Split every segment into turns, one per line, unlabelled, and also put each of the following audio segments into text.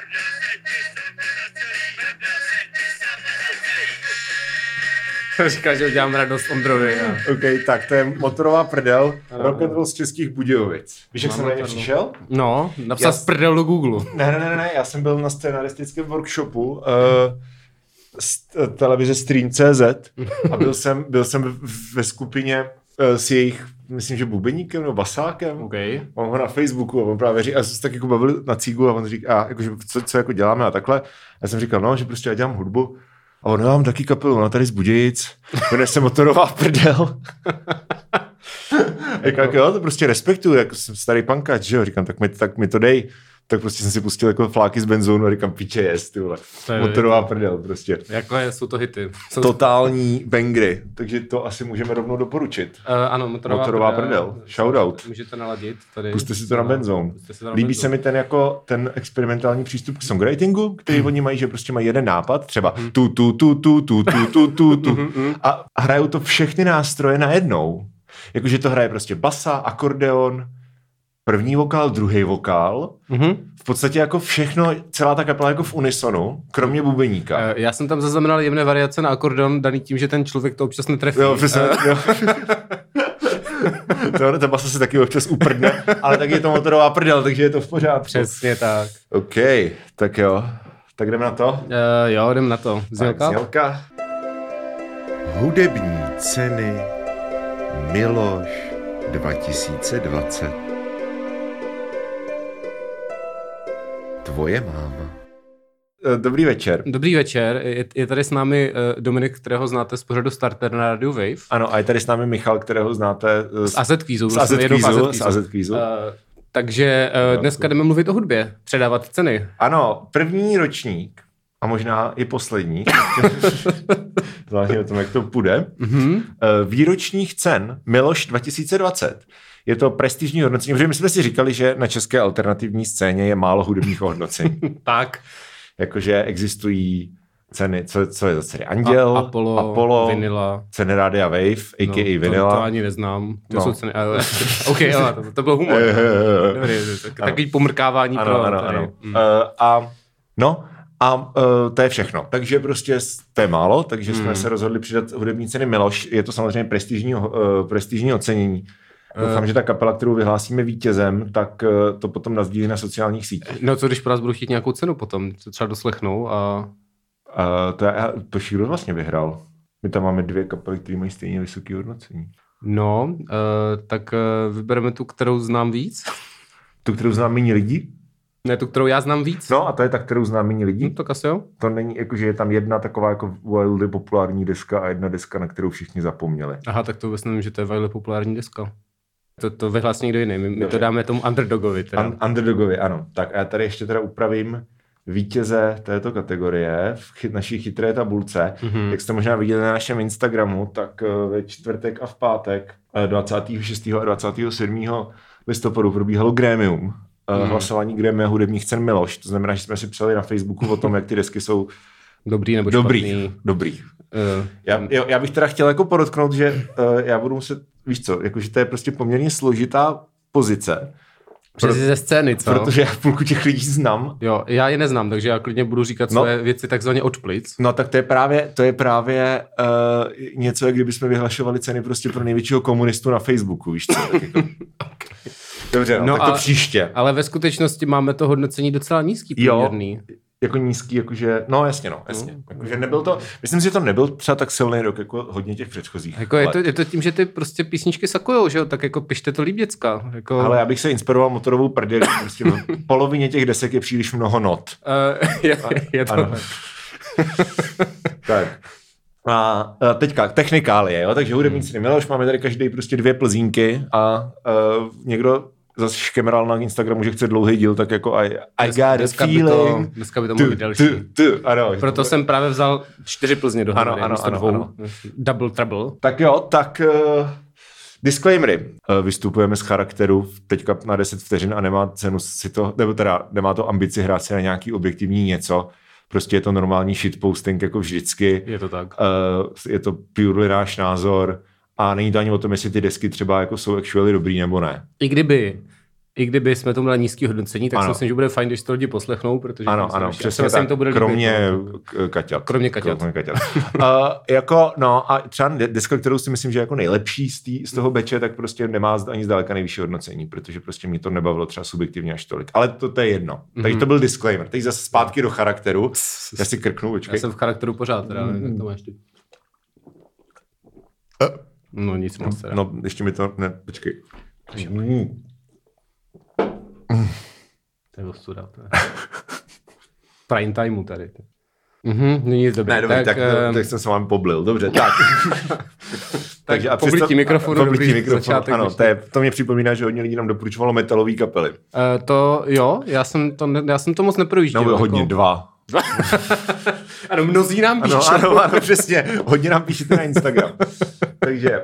Říkal, že udělám radost Ondrovi. no. A...
OK, tak to je motorová prdel, rock and roll z českých Budějovic. Víš, jak jsem na ně přišel?
No, napsal
Já-
z prdel do Google.
Ne, ne, ne, ne, já jsem byl na scenaristickém workshopu uh, z t- televize Stream.cz a byl jsem, byl jsem v- ve skupině uh, s jejich, myslím, že bubeníkem nebo basákem.
OK.
Mám ho na Facebooku a on právě říká, já jsem se tak jako bavil na cígu a on říká, a jakože, co, co jako děláme a takhle. A já jsem říkal, no, že prostě já dělám hudbu. A on, "No, já mám taky kapelu, no tady z Budějic, jmenuje se Motorová prdel. A říkám, jako, jo, to prostě respektuju, jako jsem starý pankač, že jo, říkám, tak mi, tak mi to dej. Tak prostě jsem si pustil jako fláky z benzónu a říkám, piče jest, ty vole.
To je-
Motorová prdel prostě.
Jakhle Jako jsou to hity? Jsou
Totální bangry, takže to asi můžeme rovnou doporučit.
Uh, ano, motorová,
Motorová prdel. Shoutout.
Můžete naladit tady.
Puste si to na
No,
benzón.
puste si to na
Líbí
benzón.
se mi ten jako ten experimentální přístup k songwritingu, který
Hmm.
oni mají, že prostě mají jeden nápad, třeba tu, tu, tu, tu, tu, tu, tu, tu,
Hmm,
tu. A hrajou to všechny nástroje najednou. Jakože to hraje prostě basa, akordeon, první vokál, druhý vokál.
Mhm.
V podstatě jako všechno, celá ta kapela jako v unisonu, kromě bubeníka.
Eh, Já jsem tam zaznamenal jemné variace na akordeon daný tím, že ten člověk to občas netrefí.
Jo, přesně. jo. Tohle ta basa se taky občas uprdne, ale tak je to motorová prdel, takže je to v pořádku.
Přesně tak.
OK, tak jo. Tak jdeme na to.
Uh, jo, jdem na to.
Tak,
Znělka?
Znělka.
Hudební ceny Miloš 2020 Tvoje máma.
Eh, Dobrý večer.
Dobrý večer, je, je tady s námi eh, Dominik, kterého znáte z pořadu Starter na Radio Wave.
Ano, a je tady s námi Michal, kterého znáte eh,
Z AZ Kvízu.
z AZ Kvízu. Z AZ Kvízu.
Eh, takže eh, dneska jdeme mluvit o hudbě, předávat ceny.
Ano, první ročník a možná i poslední. Zvláštně o tom, jak to půjde.
Mhm.
Eh, Výročních cen Miloš 2020. Je to prestižní hodnocení, protože my jsme si říkali, že na české alternativní scéně je málo hudebních ohodnocení.
Tak.
Jakože existují ceny, co, co je za ceny? Anděl,
A, Apollo,
Apollo
Vinila. No,
ceny Rádia Wave, a.k.a.
to,
Vanilla.
to ani neznám. To
No.
jsou ceny, ale, OK, ale to, to byl humor. Dobrý, tak,
Ano.
takový pomrkávání pro
ano, ano,
tady.
ano.
Mm.
Eh, A no, a uh, to je všechno. Takže prostě s- to je málo, takže jsme se rozhodli přidat hudební ceny Miloš. Je to samozřejmě prestižní, uh, prestižní ocenění. Doufám, že ta kapela, kterou vyhlásíme vítězem, tak eh, to potom nazdílí na sociálních sítích.
No co, když pro nás budou chtít nějakou cenu potom, to třeba doslechnou a...
Eh, To je, to kdo vlastně vyhrál? My tam máme dvě kapely, které mají stejně vysoké hodnocení.
No, eh, tak eh, vybereme tu, kterou znám víc.
Tu, kterou znám méně lidí?
Ne, tu, kterou já znám víc.
No a to je ta, kterou znám méně lidí.
Hm, tak asi jo.
To není jako, že je tam jedna taková jako wildy populární deska a jedna deska, na kterou všichni zapomněli.
Aha, tak to vůbec nevím, že to je Vile populární deska. To, to vyhlásí někdo jiný, my, my to
Dobře.
dáme tomu underdogovi. Teda.
Un- underdogovi, ano. Tak a já tady ještě teda upravím vítěze této kategorie v chy- naší chytré tabulce.
Mhm.
Mm-hmm. Jak jste možná viděli na našem Instagramu, tak eh, ve čtvrtek a v pátek eh, 26. a 27. listopadu probíhalo grémium.
Hmm.
Mm-hmm. Hlasování grémia hudebních cen Miloš. To znamená, že jsme si psali na Facebooku o tom, jak ty desky jsou
Dobrý nebo špatný.
dobrý. Dobrý.
Uh,
Já, jo, já bych teda chtěl jako podotknout, že uh, já budu muset, víš co, jakože to je prostě poměrně složitá pozice,
přes ze scény, co?
protože já půlku těch lidí znám.
Jo, já je neznám, takže já klidně budu říkat
No.
své věci takzvaně od plic.
No tak to je právě, to je právě uh, něco, jak kdybychom vyhlašovali ceny prostě pro největšího komunistu na Facebooku, víš co. Tak jako. Dobře, no,
No
no tak to
a-
příště.
Ale ve skutečnosti máme to hodnocení docela nízký
Jo.
průměrný.
Jako nízký, jakože, no jasně, no, jasně.
No.
Jakože nebyl to, myslím si, že to nebyl třeba tak silný rok, jako hodně těch předchozích.
Jako je,
let.
to, je to tím, že ty prostě písničky sakujou, že jo? Tak jako pište to líp děcka. Jako,
Ale já bych se inspiroval motorovou prdělí, prostě v polovině těch desek je příliš mnoho not.
uh, je, je to,
Ano. tak. A a teďka technikálie, jo? takže
Hmm.
hudební ceny Miloš, máme tady každý prostě dvě plzínky a uh, někdo zase škemral na Instagramu, že chce dlouhý díl, tak jako I, I got a
dneska, by to,
feeling.
dneska by to
Tu,
mohlo být delší.
tu, tu, ano, že
Proto
to-
jsem právě vzal čtyři Plzně dohromady.
Ano, ano,
místo
ano,
dvou.
ano.
Double trouble.
Tak jo, tak uh, disclaimery. Uh, vystupujeme z charakteru v- teďka na 10 vteřin a nemá cenu si to, nebo teda nemá to ambici hrát si na nějaký objektivní něco. Prostě je to normální shitposting jako vždycky.
Je to tak.
Uh, je to purely náš názor a není to ani o tom, jestli ty desky třeba jako jsou actually dobrý nebo ne.
I kdyby i kdyby jsme to měli nízký hodnocení, tak
Ano.
si myslím, že bude fajn, když to lidi poslechnou, protože
Ano,
myslím,
ano,
že-
přesně
myslím,
tak.
jim to bude
kromě
líbit, no.
k- eh, Kaťat.
Kromě Kaťat.
Kromě Kaťat. uh, jako, no a třeba de- deska, kterou si myslím, že je jako nejlepší z, tý, z
Hmm.
toho beče, tak prostě nemá z- ani zdaleka nejvyšší hodnocení, protože prostě mě to nebavilo třeba subjektivně až tolik. Ale to, to je jedno.
Hmm.
Mm-hmm. Takže to byl disclaimer. Teď zase zpátky do charakteru. Já si krknu,
Já
počkej.
jsem v charakteru pořád, teda, nevím, jak to máš ty. No nic moc, teda.
No, ještě mi to, ne, počkej. Mm.
To je ostuda. to je. Prime timeu tady. Mhm, není dobrý.
Ne, dobře, tak, tak,
ehm,
tak, jsem se vám poblil, dobře, tak.
tak poblití
přesto-
mikrofonu,
poblití
dobrý
mikrofonu,
začátek
ano,
dnešní.
to, je, to mě připomíná, že hodně lidí nám doporučovalo metalové kapely.
eh, to jo, já jsem to, ne- já jsem to moc neprojížděl. jako-
No, hodně dva.
Ano, mnozí nám píšou.
Ano, ano, ano, přesně. Hodně nám píšete na Instagram. Takže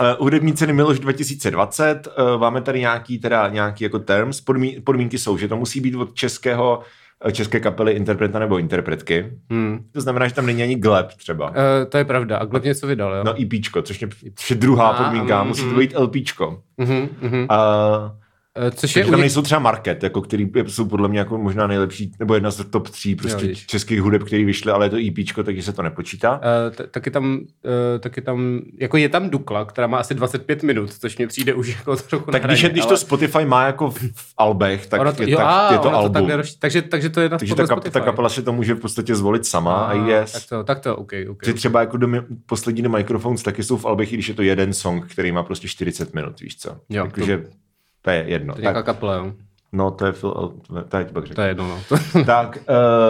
Uh, hudební ceny Miloš 2020, uh, máme tady nějaký, teda, nějaký jako terms, Podmí, podmínky jsou, že to musí být od českého, eh, české kapely interpreta nebo interpretky.
Hmm.
To znamená, že tam není ani Gleb třeba.
Eh, to je pravda. A Gleb něco vydal, jo?
No IPčko, což je což je druhá
A,
podmínka,
mm,
musí
mm.
to být LPčko.
Mhm, mhm.
Uh,
Eh, což je
takže
u
tam
něk-
nejsou třeba Market, jako který jsou podle mě jako možná nejlepší, nebo jedna z top tří
Jo,
prostě
vidíš.
českých hudeb, který vyšly, ale je to IPčko, takže se to nepočítá.
Eh, t- taky tam, eh, taky tam, jako je tam Dukla, která má asi 25 minut, což mi přijde už jako trochu
Tak
na
když, je,
hraně,
když
ale
to Spotify má jako v v albech, tak,
ono
je, jo, tak
a,
je to
ono
album.
takhle roš- takže, takže to je na
Takže ta,
podle
kap, ta
Spotify.
kapela si to může v podstatě zvolit sama a, a
Tak
yes.
to, tak to, OK, OK.
Že třeba jako do mi- poslední do Microphones taky jsou v albech, i když je to jeden song, který má prostě 40 minut, víš co.
Jo,
Takže to, je jedno.
To je
tak,
nějaká kapela, jo.
No to je Phil, Al- to je pak
To
řekl.
je jedno, no.
Tak,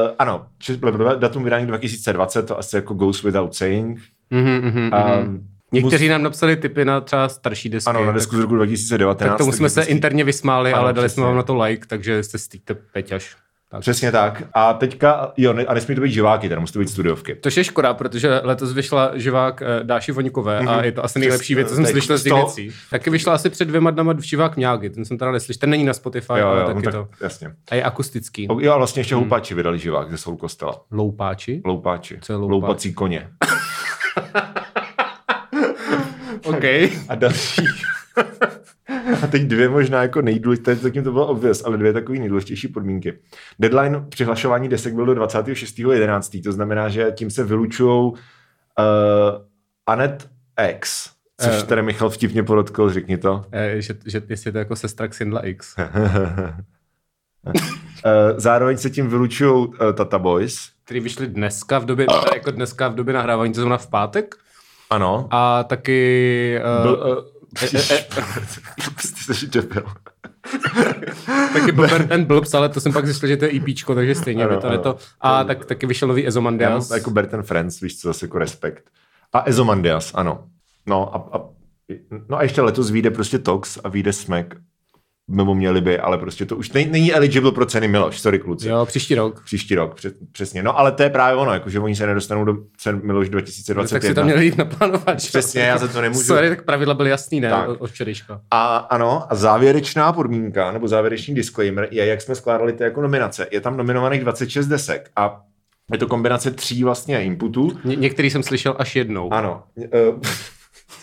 uh, ano, čes- blablabla, datum vydání 2020, to asi jako goes without saying.
Mhm, mhm, mhm.
Um,
Někteří nám napsali tipy na třeba starší desky.
Ano, na
tak-
desku z roku 2019.
Tak tomu jsme se
vždycky-
interně vysmáli,
Ano,
ale dali
přesně.
jsme vám na to like, takže se stýkte Peťaš. Tak.
Přesně tak. A teďka, jo, ne, a nesmí to být živáky, teda musí to být studiovky.
Což je škoda, protože letos vyšla živák eh, Dáši Voňkové a je to asi nejlepší věc, co jsem
Mhm. eh, tak
slyšel z těch
to-
věcí. Taky vyšla asi před dvěma dnama živák Mňágy, ten jsem teda neslyšel, ten není na Spotify,
Jo,
ale
jo, no
taky
tak,
to. Mhm.
jasně.
A je akustický.
O- Jo, a vlastně ještě houpači vydali živák ze Soul Kostela.
Loupáči?
Loupáči.
Co je loupáč?
Loupací koně.
OK.
A další. A teď dvě možná jako nejdůležitější, zatím to bylo obvěz, ale dvě takové nejdůležitější podmínky. Deadline přihlašování desek byl do 26.11. To znamená, že tím se vylučují uh, Anet X, což
Eh.
tady Michal vtipně podotkl, řekni to.
Eh, že, že jestli je to jako sestra Xindla X.
Eh, Zároveň se tím vylučují eh, Tata Boys.
který vyšly dneska v době, jako dneska v době nahrávání, to znamená v pátek.
Ano.
A taky... Uh,
Byl, eh,
e, e, e.
Jste si debil.
taky byl ten- ten blbs, ale to jsem pak zjistil, že to je IPčko, takže stejně
Ano,
ano, to,
ano.
to. A tak, taky vyšel nový
Já,
Ezomandias.
jako Bert and Friends, víš co, zase jako respekt. A Ezomandias, ano. No a, a, no a ještě letos vyjde prostě Tox a vyjde Smek. Nebo měli by, ale prostě to už ne, není eligible pro ceny Miloš, sorry kluci.
Jo, příští rok.
Příští rok, přes, přesně. No ale to je právě ono, jakože oni se nedostanou do cen Miloš 2021.
No, Tak si tam měli jít naplánovat. že jo?
Přesně, já za to nemůžu.
Sorry, tak pravidla byly jasný, ne?
Tak.
Tak. Od včerejška.
A ano, a závěrečná podmínka, nebo závěrečný disclaimer je, jak jsme skládali ty jako nominace. Je tam nominovaných 26 desek a je to kombinace tří vlastně inputů.
Ně- některý jsem slyšel až jednou.
Ano.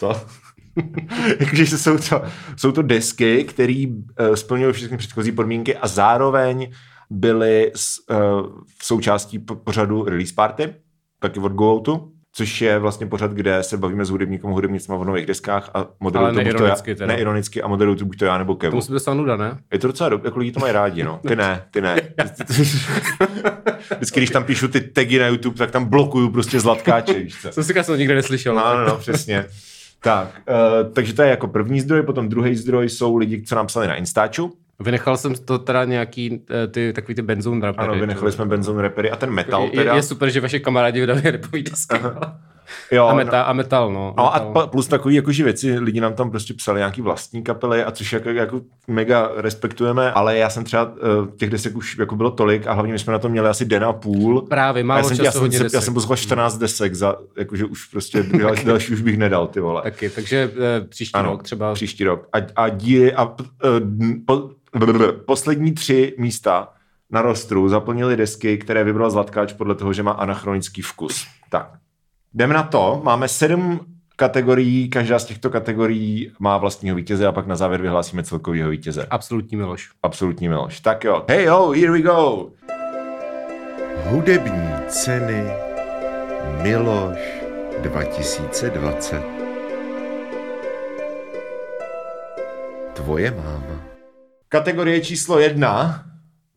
Uh, co? Jakože se- jsou to, jsou to desky, které uh, splňují všechny předchozí podmínky a zároveň byly uh, v součástí po- pořadu Release Party, taky od Go Outu, což je vlastně pořad, kde se bavíme s hudebníkem a hudebnicama o nových deskách a moderuju
Ale
to buď to já,
neironicky teda.
neironicky a moderuju to buď to já nebo
To
Kevu.
musí být dostanu dané.
Je to docela dobré, jako lidi to mají rádi, no. Ty ne, ty ne. Vždycky, když tam píšu ty tagy na YouTube, tak tam blokuju prostě zlatkáče, víš co.
Jsem si říkal, jsem to nikdy neslyšel.
No, no, no, přesně. Tak, uh, takže to je jako první zdroj, potom druhý zdroj jsou lidi, co nám psali na Instaču.
Vynechal jsem to teda nějaký, eh, ty, takový ty benzón rapery.
Ano, vynechali jsme Benzon Rappery a ten metal
Jako je,
teda.
je, super, že vaše kamarádi vydali repový desky.
jo,
A,
no.
meta, a metal, no.
No a
metal.
pa- plus takový jakože věci, lidi nám tam prostě psali nějaký vlastní kapely a což jako, jako mega respektujeme, ale já jsem třeba eh, těch desek už jako bylo tolik a hlavně my jsme na to měli asi den a půl.
Právě,
A já
málo
jsem,
času,
já, jsem,
hodně
se- já
desek.
jsem poslal 14 desek za, jakože už prostě dal- další už bych nedal, ty vole.
Taky, takže eh, příští
Ano,
rok třeba.
Příští rok. A, a díly a p- eh, dn- po, blablabla, poslední tři místa na rostru zaplnili desky, které vybral Zlatkáč podle toho, že má anachronický vkus. Tak. Jdeme na to. Máme sedm kategorií, každá z těchto kategorií má vlastního vítěze a pak na závěr vyhlásíme celkovýho vítěze.
Absolutní Miloš.
Absolutní Miloš. Tak jo. Hey ho, here we go.
Hudební ceny Miloš 2020. Tvoje máma.
Kategorie číslo jedna.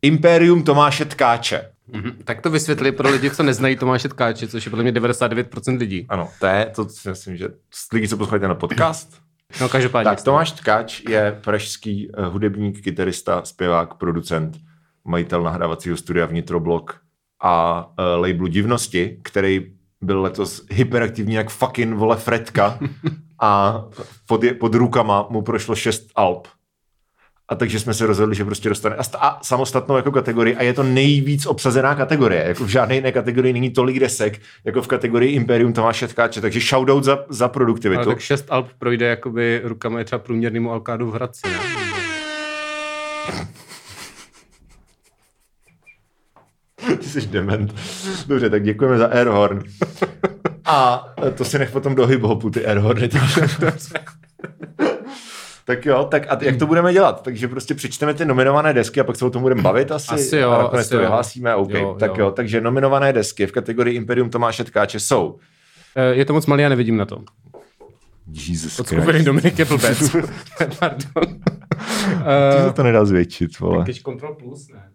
Imperium Tomáše Tkáče.
Mhm. Tak to vysvětli pro lidi, co neznají Tomáše Tkáče, což je podle mě 99% lidí.
Ano, to je, to si myslím, že s lidi, co posloucháte na podcast.
No každopádně.
tak Tomáš Tkáč je pražský eh, hudebník, kytarista, zpěvák, producent, majitel nahrávacího studia Vnitroblok a uh, labelu Divnosti, který byl letos hyperaktivní jak fucking vole Fredka a pod, je- pod rukama mu prošlo šest alb. A takže jsme se rozhodli, že prostě dostane a, sta- a samostatnou jako kategorii a je to nejvíc obsazená kategorie. Jako v žádné jiné kategorii není tolik desek, jako v kategorii Imperium Tomáše Tkáče. Takže shoutout za, za
Ale
produktivitu.
tak šest alb projde jakoby rukama je třeba průměrnému Alkádu v Hradci. ne?
Ty jsi dement. Dobře, tak děkujeme za Airhorn. A to si nech potom do hiphopu, ty Airhorny. takže- tak jo, tak a jak to budeme dělat? Takže prostě přečteme ty nominované desky a pak se o tom budeme bavit asi.
Asi jo,
a nakonec
asi
to
jo.
vyhlásíme. OK.
Jo,
tak
jo.
jo. takže nominované desky v kategorii Imperium Tomáše Tkáče jsou
Eh, Je to moc malý, já nevidím na to.
Jesus
Od skupiny Dominik Applbec. Pardon.
to, to nedá zvětšit, vole.
Když Control Plus, ne?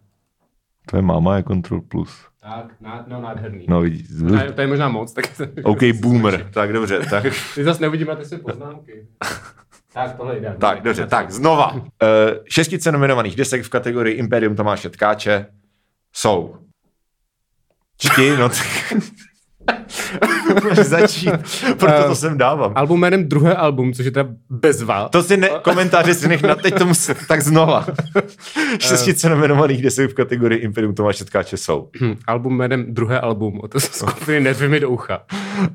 To je máma je Control Plus.
Tak, ná, no, nádherný.
No vidíš.
Ne, to je možná moc, tak...
OK, boomer. Tak dobře, tak.
Ty zase neuvidím na ty své poznámky. tak, tohle jde.
Tak, dobře, tak znova. Uh, šestice nominovaných desek v kategorii Imperium Tomáše Tkáče jsou čti, no tak... Můžeš začít, Eh, proto to sem dávám.
Album jménem druhé album, což je teda bezva.
To si ne, komentáře si nech na teď tomu, se- tak znova. Eh. Šestice nominovaných desek v kategorii Imperium Tomáše Tkáče jsou.
Hm, Album jménem druhé album, od skupiny Nervy mi do ucha.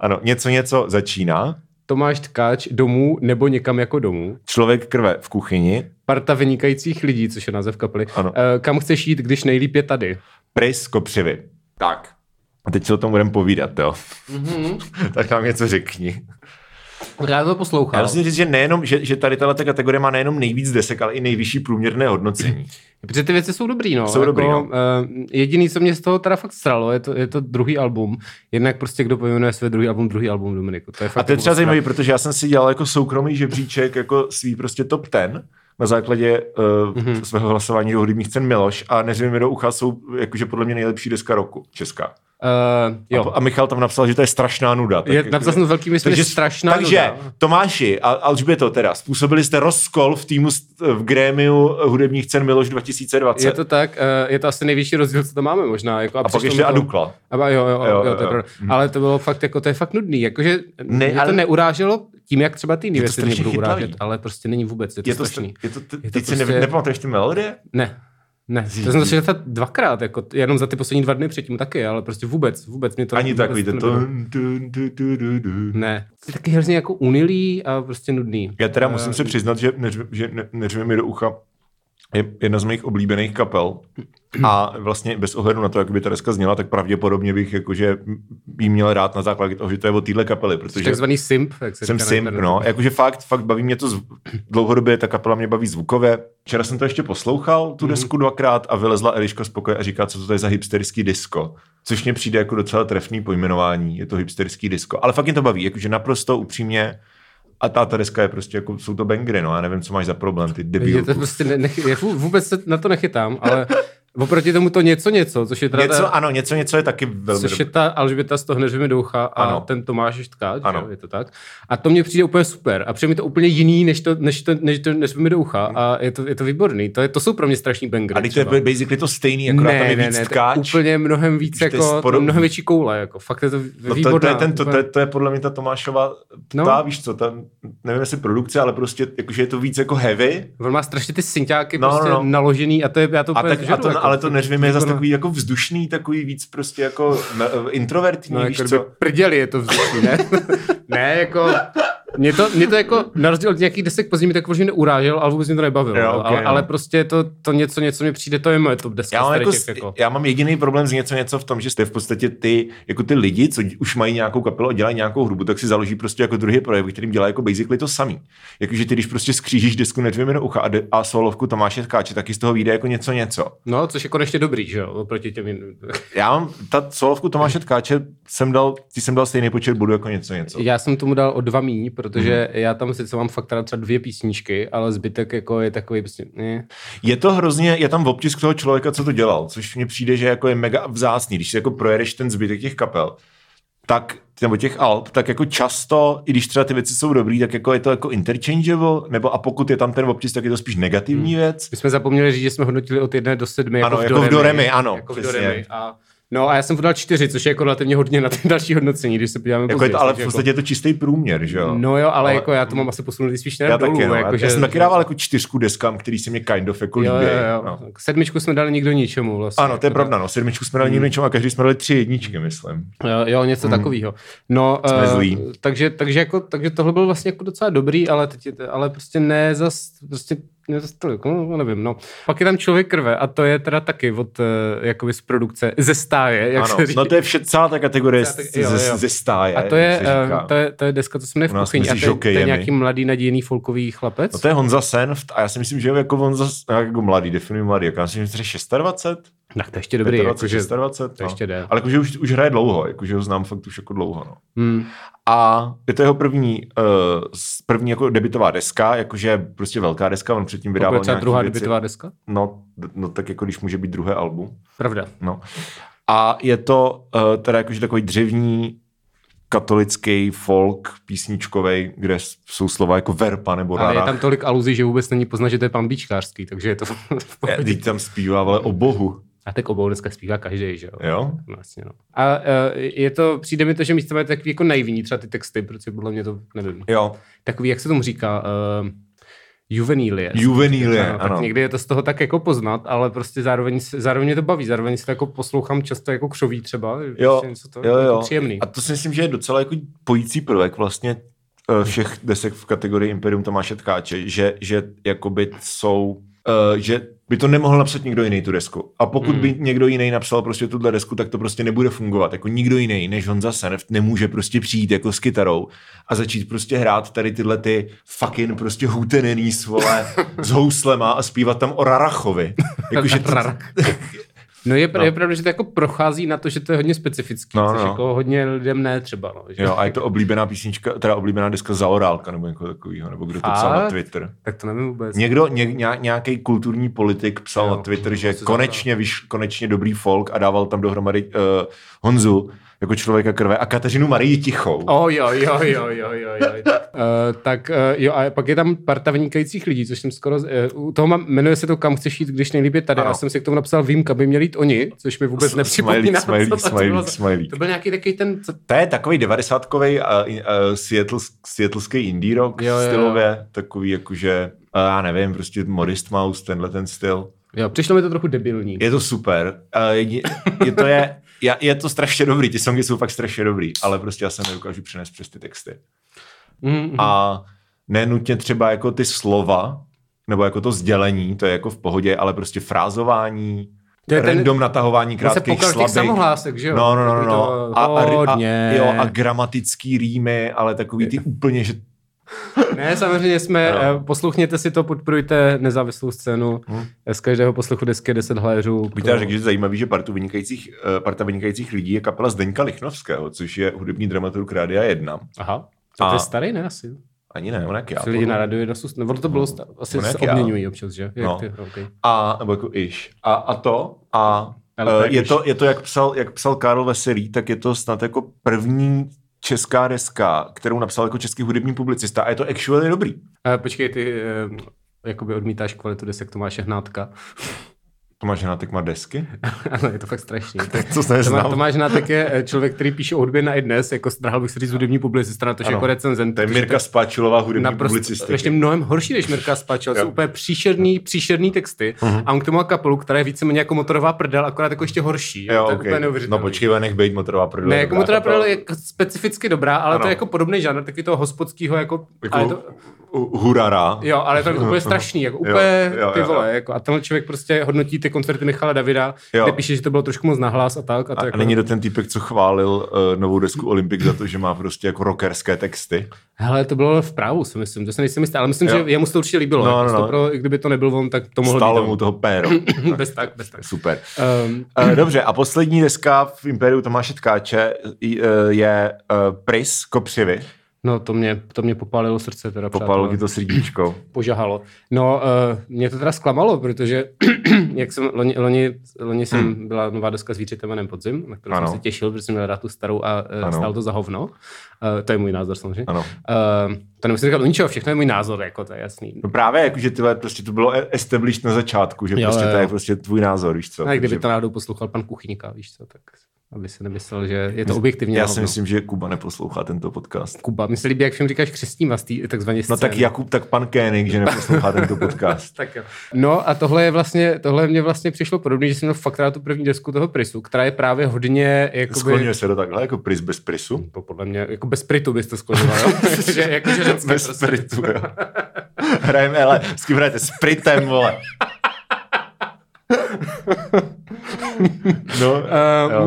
Ano, něco něco začíná.
Tomáš Tkáč domů nebo někam jako domů.
Člověk krve v kuchyni.
Parta vynikajících lidí, což je název kapely.
Ano.
Eh, Kam chceš jít, když nejlíp je tady?
Prys kopřivy. Tak. A teď se o tom budeme povídat, jo.
Mhm.
tak nám něco řekni.
Já to poslouchal.
Já musím říct, že nejenom, že, že tady tato kategorie má nejenom nejvíc desek, ale i nejvyšší průměrné hodnocení.
Protože ty věci jsou dobrý, no.
Jsou dobrý, no.
eh, jediný, co mě z toho teda fakt stralo, je to, je to druhý album. Jednak prostě kdo pojmenuje své druhý album, druhý album Dominiku. To je fakt
A to je
jako
třeba
ostrá-
zajímavé, protože já jsem si dělal jako soukromý žebříček, jako svý prostě top ten na základě uh,
Mhm.
mm-hmm. svého hlasování do hudebních cen Miloš a Neřím mi do ucha jsou jakože podle mě nejlepší deska roku, česká.
Eh, jo.
A, a Michal tam napsal, že to je strašná nuda. Tak
Je,
jako-
napsal jsem velkými smysly strašná
takže
nuda.
Tomáši a Alžběto teda, způsobili jste rozkol v týmu st- v grémiu hudebních cen Miloš 2020.
Je to tak, eh, je to asi největší rozdíl, co tam máme možná. Jako,
a pak
přišlo
ještě
mi to-
Adukla.
A ba- jo, jo, jo,
Jo,
jo, to je
jo. Mhm.
pravda. Ale to bylo fakt, jako, to je fakt nudný. Jakože
Ne,
ne, mě to
ale-
neuráželo tím, jak třeba ty jiný
to
věci mě
strašně
budou
chytlavý.
urážet, ale prostě není vůbec, je to,
je to,
strašný.
str- je to, ty,
Je to
teď si
prostě-
ne, nepamatuješ ty melodie?
Ne, ne. To
Zjistí.
jsem začal tak dvakrát, jako, t- jenom za ty poslední dva dny předtím taky, ale prostě vůbec, vůbec mě to...
Ani
vůbec
takový ten
nebylo.
to... tu, tu, tu, tu, tu.
Ne. To je taky hrozně jako unilý a prostě nudný.
Já teda musím se přiznat, že, neřve, že ne, neřve mi do ucha je jedna z mých oblíbených kapel a vlastně bez ohledu na to, jak by ta deska zněla, tak pravděpodobně bych jakože jí měl rád na základě toho, že to je od téhle kapely,
Jsi
protože
takzvaný simp, jak se
jsem
říká na
simp,
internetu.
no. Jakože fakt, fakt baví mě to zv... dlouhodobě, ta kapela mě baví zvukově. Včera jsem to ještě poslouchal,
Mhm.
tu desku dvakrát a vylezla Eliška z pokoje a říká, co to je za hipsterský disko. Což mě přijde jako docela trefný pojmenování, je to hipsterský disko. Ale fakt mě to baví, jakože naprosto upřímně a ta, ta deska je prostě jako, jsou to bangry, no, já nevím, co máš za problém, ty
Je to
debilku.
prostě, ne, ne, je, vů- vůbec se na to nechytám, ale oproti tomu to něco něco, což je teda
Něco,
ta,
ano, něco, něco je taky velmi
což je
dobré.
ta Alžběta z toho neřvimi doucha a ano.
Ano.
ten Tomáš Štkáč,
Ano.
jo, je to tak. A to mně přijde úplně super a přijde mi to úplně jiný, než to, než to, než to neřvimi doucha a je to, je to výborný. To, je, to jsou pro mě strašný bangry.
Mhm. A teď to je
třeba.
basically Jako to stejný, akorát tam je víc
to je
tkáč.
úplně mnohem víc,
to je
jako,
podobný.
mnohem větší koule, jako, fakt je to
No
výborná.
to, to, je ten, to,
úplně-
to, je- to je podle mě ta Tomášova,
No.
no. ta víš co, ta, nevím jestli produkce, ale prostě jakože je to víc jako heavy.
On má strašně ty synťáky
No,
no, prostě
no,
no.
no.
naložený a to je, já to
A
úplně
tak, a
žeru,
to,
jako,
ale to neřvím je zase
výborná.
takový jako vzdušný, takový víc prostě jako m- introvertní,
No,
víš
jako kdyby
co.
prděli je to vzdušný, ne? ne, jako... Mě to, mě to jako, na rozdíl od nějakých desek později, mi tak vložně neurážel, ale vůbec jako, mě to nebavilo.
Jo,
Jo,
ok,
ale,
jo.
ale, prostě to, to něco, něco mi přijde, to je moje top deska.
Já mám,
z
jako,
těch, jako.
já mám jediný problém s něco něco v tom, že jste v podstatě ty, jako ty lidi, co už mají nějakou kapelu a dělají nějakou hrubu, tak si založí prostě jako druhý projekt, ve kterým dělá jako basically to samý. Jakože ty, když prostě skřížíš desku Nedvěmi do ucha a, de- a solovku Tomáše Tkáče, taky z toho vyjde jako něco něco.
No, což je konečně dobrý, že jo, oproti těm jiným.
Já mám, ta solovku Tomáše Tkáče jsem dal, ty jsem dal stejný počet bodů jako něco něco.
Já jsem tomu dal o dva míň, protože
Mhm.
já tam sice mám fakt rád třeba dvě písničky, ale zbytek jako je takový prostě, ne.
Je to hrozně, je tam obtisk toho člověka, co to dělal, což mně přijde, že jako je mega vzácný, když si jako projedeš ten zbytek těch kapel, tak, nebo těch alb, tak jako často, i když třeba ty věci jsou dobrý, tak jako je to jako interchangeable, nebo a pokud je tam ten obtisk, tak je to spíš negativní hmm. věc.
My jsme zapomněli říct, že jsme hodnotili od jedné do sedmi.
Ano, jako
do
v do remi, ano,
Jako v do
přesně.
remi. A, no a já jsem podal čtyři, což je jako relativně hodně na ten další hodnocení, když se podíváme
Jako je
později,
to, ale v
takže
podstatě je to čistý průměr, že jo?
Jako, no jo, ale,
Ale-
jako já to mám asi posunutý spíš ne
já
dolů.
taky, no.
jako,
já,
že,
já jsem taky dával jako čtyřku deskám, který se mě kind of jako
jo,
líbí.
jo, jo.
No.
No. Sedmičku jsme dali nikdo ničemu. Vlastně.
Ano, to je
Jako,
pravda, no. Sedmičku jsme dali někdo něčemu a každý jsme dali tři jedničky, myslím.
Jo, jo něco mm. takového. No,
Hmm. Jsme
eh,
zlí.
takže, takže, jako, takže tohle byl vlastně jako docela dobrý, ale, teď je, to- ale prostě ne zas, prostě ne zas tolik, no, nevím, no. Pak je tam Člověk krve a to je teda taky od, eh, jakoby z produkce, ze stáje, jak
ano,
se říká.
no to je vše, celá ta kategorie
Celá ta-
z-
jo,
ze,
jo.
ze stáje.
a to je,
jak se říká.
eh, to je, to je deska, co se jmenuje
U
v
nás
kuchyni. A
mezi
to je, to je
žokejemi.
nějaký mladý nadějný folkový chlapec.
No to je Honza Sen, v- a já si myslím, že je jako Honza, jako mladý, definuji mladý, jako já si myslím, že je 26,
tak to je ještě dobrý.
25,
Jakože,
26,
to
no.
ještě jde.
Ale jakože už, už hraje dlouho, jakože ho znám fakt už jako dlouho, no.
hmm,
A je to jeho první, uh, první jako debitová deska, jakože prostě velká deska, on předtím
to
vydával
je třeba
nějaký
druhá
věci.
debitová deska?
No, d- no, tak jako když může být druhé album.
Pravda.
No. A je to uh, teda jakože takový dřevní katolický folk písničkový, kde s- jsou slova jako verpa nebo
Ale je
rara.
tam tolik aluzí, že vůbec není poznat, že to je pan Bíčkářský, takže je to v
Já,
pohodě.
teď tam zpívá, ale o bohu.
A tak obou dneska zpívá každý, že jo?
Jo?
Vlastně, no. A eh, je to, přijde mi to, že místo mají takový jako naivní třeba ty texty, protože podle mě to, nevím,
Jo.
takový, jak se tomu říká, uh, juvenilie.
Juvenilie,
ano,
ano.
Tak někdy je to z toho tak jako poznat, ale prostě zároveň, se- zároveň mě to baví, zároveň si to jako poslouchám často jako křoví třeba,
Jo,
prostě něco to,
jo,
je
jo.
To příjemný.
A to si myslím, že je docela jako pojící prvek vlastně
Hmm.
eh, všech desek v kategorii Imperium Tomáše Tkáče, že, že jakoby jsou, eh, že by to nemohl napsat někdo jiný tu desku. A pokud
Hmm.
by někdo jiný napsal prostě tuhle desku, tak to prostě nebude fungovat. Jako nikdo jiný než Honza Senft nemůže prostě přijít jako s kytarou a začít prostě hrát tady tyhle ty fucking prostě hutenený svole s houslema a zpívat tam o Rarachovi. Jakože to,
Rarak. No je, no je pravda, že to jako prochází na to, že to je hodně specifický,
No,
což
no.
jako hodně lidem ne třeba. No, že?
Jo, a je to oblíbená písnička, teda oblíbená deska Zaorálka nebo něco takového, nebo kdo to psal na
Fakt?
Twitter.
Tak to nevím vůbec.
Někdo, ně, nějaký kulturní politik psal
Jo,
na Twitter, že
se
konečně, vyš, konečně dobrý folk a dával tam dohromady uh, Honzu jako člověka krve a Kateřinu Marii Tichou.
Oh, jo, jo, jo, jo, jo, jo. uh, tak uh, jo, a pak je tam parta vynikajících lidí, což jsem skoro, uh, u toho mám, jmenuje se to Kam chceš jít, když nejlíp je tady.
Ano.
Ano. Já jsem si k tomu napsal výjimka, by měli jít oni, což mi vůbec
S-
nepřipomíná.
smajlík,
co to
smajlík,
bylo.
smajlík.
To byl nějaký takový ten, co,
To je takový devadesátkový uh, uh, Seattle, seattleský indie rock
Jo, jo, jo.
stylově, takový jakože, uh, já nevím, prostě Modest Mouse, tenhle ten styl.
jo, přišlo mi to trochu debilní.
Je to super. Eh, Je, je, to je, je, je to strašně dobrý, ty songy jsou fakt strašně dobrý, ale prostě já se nedokážu přenést přes ty texty.
Mhm. Mm, mm.
A nenutně třeba jako ty slova, nebo jako to sdělení, to je jako v pohodě, ale prostě frázování,
To je ten-
random natahování
se
krátkých
pokal těch
slabik.
samohlásek, že jo?
No, no, no, no.
Takový
no.
to,
A, a,
hodně.
a, jo, a gramatický rýmy, ale takový ty úplně, že
Ne, samozřejmě jsme,
Ano.
no. poslouchněte si to, podporujte nezávislou scénu. Eh,
Hm.
Z každého poslechu desky je 10 hléřů.
Bych teda řekl, že je zajímavý, že partu vynikajících, eh, parta vynikajících lidí je kapela Zdeňka Lichnovského, což je hudební dramaturg Rádia 1.
Aha, to, to
A-
je starý, ne asi?
Ani ne, on jak já.
Ty lidi na rádiu jedna jsou... Nebo to bylo... sta- Asi
No,
se
jak já.
obměňují občas, že? Jak
No.
ty, okay.
A, nebo jako iš. A, a to, a
Ale to
eh,
jak
je,
iš.
to, je to, jak psal, jak psal Karel Veselý, tak je to snad jako první česká deska, kterou napsal jako český hudební publicista a je to actually dobrý.
eh, A počkej, ty eh, jakoby odmítáš kvalitu desek Tomáše Hnátka.
Tomáš Hanátek má desky?
Ano, je to fakt strašný.
Co jsi
Tomá,
neznal?
Tomáš Nátek je eh, člověk, který píše o hudbě na i dnes, jako strhal bych se říct hudební publicista, na to, že
Ano.
jako recenzent.
To je
protože
Mirka Spáčilová hudební naprosto,
naprosto,
publicistika.
ještě mnohem horší než Mirka Spáčel, jsou
Jo. Mhm.
úplně příšerný, příšerný texty uh-huh. a on k tomu má kapelu, která je víceméně jako motorová prdel, akorát jako ještě horší.
Jo,
to je
okay.
úplně neuvěřitelný.
No počkej, nech být motorová prdla.
Ne, jako motorová prdel je k- specificky dobrá, ale ano.
Ano.
to je jako podobný žánr, takový toho hospodského, jako,
Jako,
ale to,
Hurara.
jo, ale to je úplně strašný, jako úplně
jo, jo,
ty
jo.
vole, jako, a tenhle člověk prostě hodnotí ty koncerty Michala Davida,
Jo.
kde píše, že to bylo trošku moc nahlas a tak. A, to
A,
jako,
a není to ten týpek, co chválil uh, novou desku Olympic za to, že má prostě jako rockerské texty.
Hele, to bylo v právu, si myslím, to se nejsem jistý, ale myslím,
Jo.
že jemu se to určitě líbilo.
No,
No,
no,
no,
no.
Pro, kdyby to nebyl on, tak to mohlo
Stálo
být.
mu toho péro.
tam. bez tak, bez tak.
Super.
Um,
Eh, Dobře, a poslední deska v Imperiu Tomáše Tkáče i, eh, je eh, Pris Kopřivy.
no, to mě, to mě popálilo srdce, teda
Popalo
přátelé.
ti to srdíčko.
požahalo. No, uh, mě to teda zklamalo, protože jak jsem loni, loni, loni jsem hmm. byla nová deska s výčetem jménem Podzim, na kterou
Ano.
jsem se těšil, protože jsem měl rád tu starou a uh,
Ano.
stál to za hovno. Uh, to je můj názor samozřejmě.
Ano.
Uh, to nemusím říkat o ničeho, všechno je můj názor, jako to je jasný.
No právě, jakože tyhle, prostě to bylo e- established na začátku, že
Jo,
prostě
jo,
to
jo.
je prostě tvůj názor, víš co.
A kdyby
Takže
to náhodou poslouchal pan Kuchyníka, víš co, tak aby si nemyslel, že je to objektivně
Já
na
si
hovno.
myslím, že Kuba neposlouchá tento podcast.
Kuba, mně se líbí, jak všem říkáš křestní mastý, takzvaně
No
scén.
tak Jakub, tak pan Kénik, že neposlouchá tento podcast.
Tak jo. No a tohle je vlastně, tohle mě vlastně přišlo podobné, že jsem měl fakt rád tu první desku toho Prisu, která je právě hodně, jakoby,
Skloňuje se do takhle, jako Pris bez Prisu.
to podle mě, jako bez Pritu byste skloňoval, jo? že, jako, že řecké
Bez
prostě.
Pritu, jo. Hrajeme, ale s kým hrajete? S Pritem, vole. No,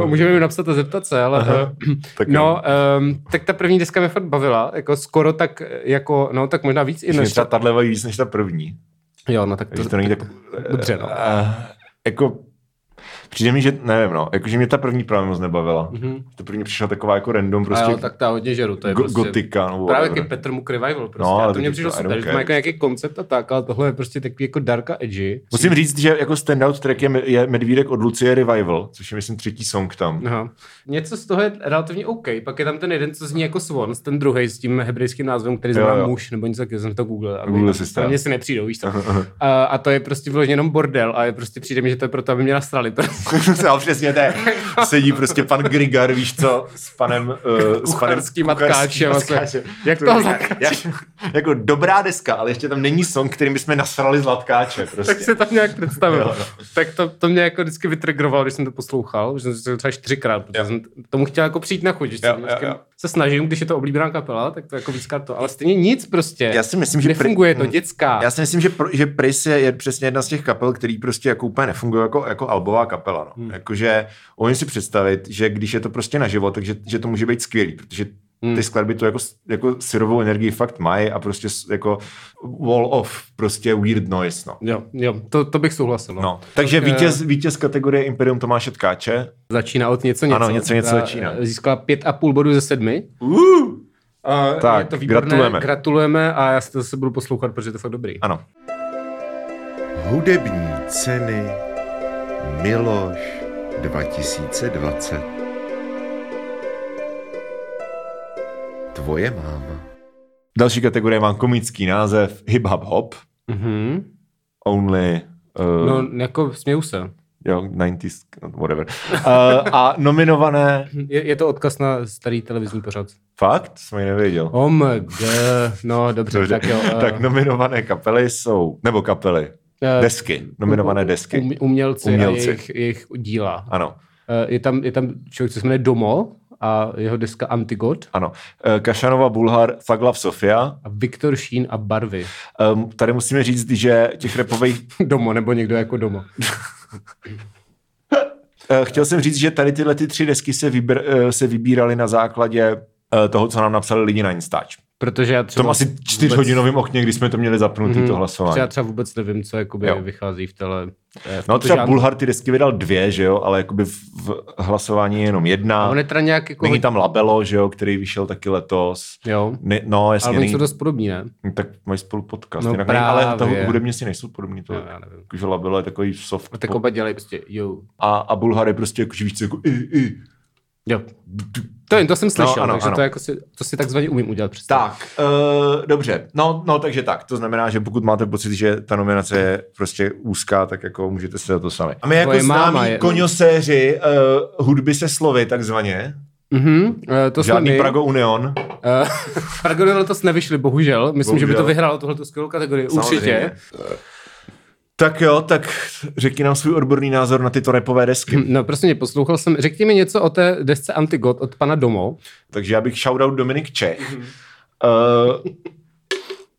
Uh, můžeme jim napsat a zeptat se, ale
Aha,
uh,
tak
no, um, tak ta první deska mě fakt bavila, jako skoro tak, jako, no tak možná víc i
Když mě
než
třeba tahle baví víc než ta první.
Jo, no tak
Takže
to,
to není tak...
Dobře, no.
Eh, jako, přijde mi, že, nevím, no, jakože mě ta první právě moc nebavila.
Mhm.
Ta první přišla taková jako random,
prostě,
prostě
jo, tak ta hodně žeru, to je
go-
prostě,
gotika, nebo
Právě
whatever.
jaký Petr Mook Revival prostě.
No,
No, a
ale
to mě
taky
přišlo
to I
super,
don't
že to má
care.
jako nějaký koncept a tak, ale tohle je prostě takový jako darka edgy.
Musím říct, že jako standout track je, je Medvídek od Lucie Revival, což je myslím třetí song tam.
Aha. Něco z toho je relativně OK, pak je tam ten jeden, co zní jako Swans, ten druhý s tím hebrejským názvem, který
Jo,
znamená
jo.
muž, nebo něco takového, jsem to googlil. aby-
Google si to.
na mě si nepřijdou, víš co. A, a, to je prostě vyloženě jenom bordel a je prostě přijde mi, že to je proto, aby mě nastrali. Prostě.
no, přesně to je. Sedí prostě pan Grigar, víš co, s panem... Uh, s panem
Kucharským matkáčem a se- Jak
To-
toho zatkačit?
jak- Jako dobrá deska, ale ještě tam není song, kterým bychom nasrali zlatkáče. Prostě.
tak se tam nějak představil.
Jo, no.
Tak to, to, mě jako vždycky vytrigrovalo, když jsem to poslouchal, že jsem to třeba čtyřikrát, protože
Jo.
jsem t- tomu chtěl jako přijít na chuť. Že
Jo,
jsem
jo,
vždycky
jo.
se snažím, když je to oblíbená kapela, tak to jako víckrát to, ale stejně nic prostě.
Já si myslím, že pri-
Nefunguje to,
hm.
dětská.
Já si myslím, že, pr- že Pris je, je přesně jedna z těch kapel, který prostě jako úplně nefunguje jako, jako albová kapela. No. Hmm. Jakože umím si představit, že když je to prostě naživo, takže že to může být skvělý, protože
Hmm.
ty skladby tu jako, s- jako syrovou energii fakt mají a prostě s- jako wall off, prostě weird noise. No.
Jo, jo, to, to bych souhlasil. No.
No. Takže
Tak, eh,
vítěz, vítěz kategorie Imperium Tomáše Tkáče.
Začíná od něco něco.
Ano, něco, něco
která,
začíná.
eh, Získala pět a půl bodů ze sedmi.
Uh!
A
Tak,
je to výborné,
gratulujeme.
Gratulujeme a já si to zase budu poslouchat, protože to je fakt dobrý.
Ano.
Hudební ceny Miloš 2020 Tvoje máma.
Další kategorie má komický název Hip Hop Hop.
Mhm.
Only uh,
No, jako směju se.
Jo, 90s, whatever. Uh, a nominované...
Je, je to odkaz na starý televizní pořad.
Fakt? Jsem ji nevěděl.
OMG, Oh no dobře, dobře. tak jo. eh,
tak nominované kapely jsou... Nebo kapely.
eh,
Desky. Nominované desky.
Um, umělci,
Umělci.
umělci. A jejich, jejich díla.
Ano,
Eh, Je tam, je tam člověk, co se jmenuje Domo a jeho deska Antigod
ano. Eh, Kašanova Bulhar, Thuglav Sofia.
a Viktor Šín a Barvy.
Um, tady musíme říct, že těch repových...
Domo, nebo někdo jako Domo.
Eh, chtěl jsem říct, že tady tyhle ty tři desky se, vybr, eh, se vybíraly na základě eh, toho, co nám napsali lidi na Instač.
Protože já
V
třeba
tom asi čtyřhodinovém okně, kdy jsme to měli zapnutý, to hlasování.
Mhm. Třeba, třeba vůbec nevím, co jakoby
Jo.
vychází v tele. eh, v
No
protože já-
třeba Bulhar ty desky vydal dvě, že jo, ale jakoby v, v hlasování je jenom
A
jedna.
on je teda nějak jako...
Není tam Labelo, že jo, který vyšel taky letos.
Jo.
Ne, no, jasně,
Ale oni
není, no,
jsou dost podobní, ne?
tak mají spolu podcast.
No
jinak není, ale to
právě.
hudebně si nejsou podobný. To,
No, já nevím.
že Labelo je takový soft
Tak
pop
oba dělají prostě, jo.
a, a Bulhar je prostě jako, že víš co, jako i, i.
Jo. To, jim, to jsem slyšel, no, ano,
ano,
takže ano.
ano.
to, jako si, to si takzvaně umím udělat představu.
Tak, uh, dobře. No, no, takže tak. To znamená, že pokud máte pocit, že ta nominace je prostě úzká, tak jako můžete se za to sami. A my jako
Tvoje máma
známí
je-
je... koňoséři uh, hudby se slovy takzvaně,
Mhm, eh, to jsme
žádný
my.
Prago Union.
Eh, Prago letos nevyšli, bohužel. Myslím, že by to
Bohužel.
vyhrálo tohleto skvělou kategorii. Určitě.
samozřejmě. Tak jo, tak řekni nám svůj odborný názor na tyto repové desky.
Hm, No, prostě mě poslouchal jsem. Řekni mi něco o té desce Antigod od pana Domo.
Takže já bych shoutout Dominik Čech. Mm-hmm. Uh,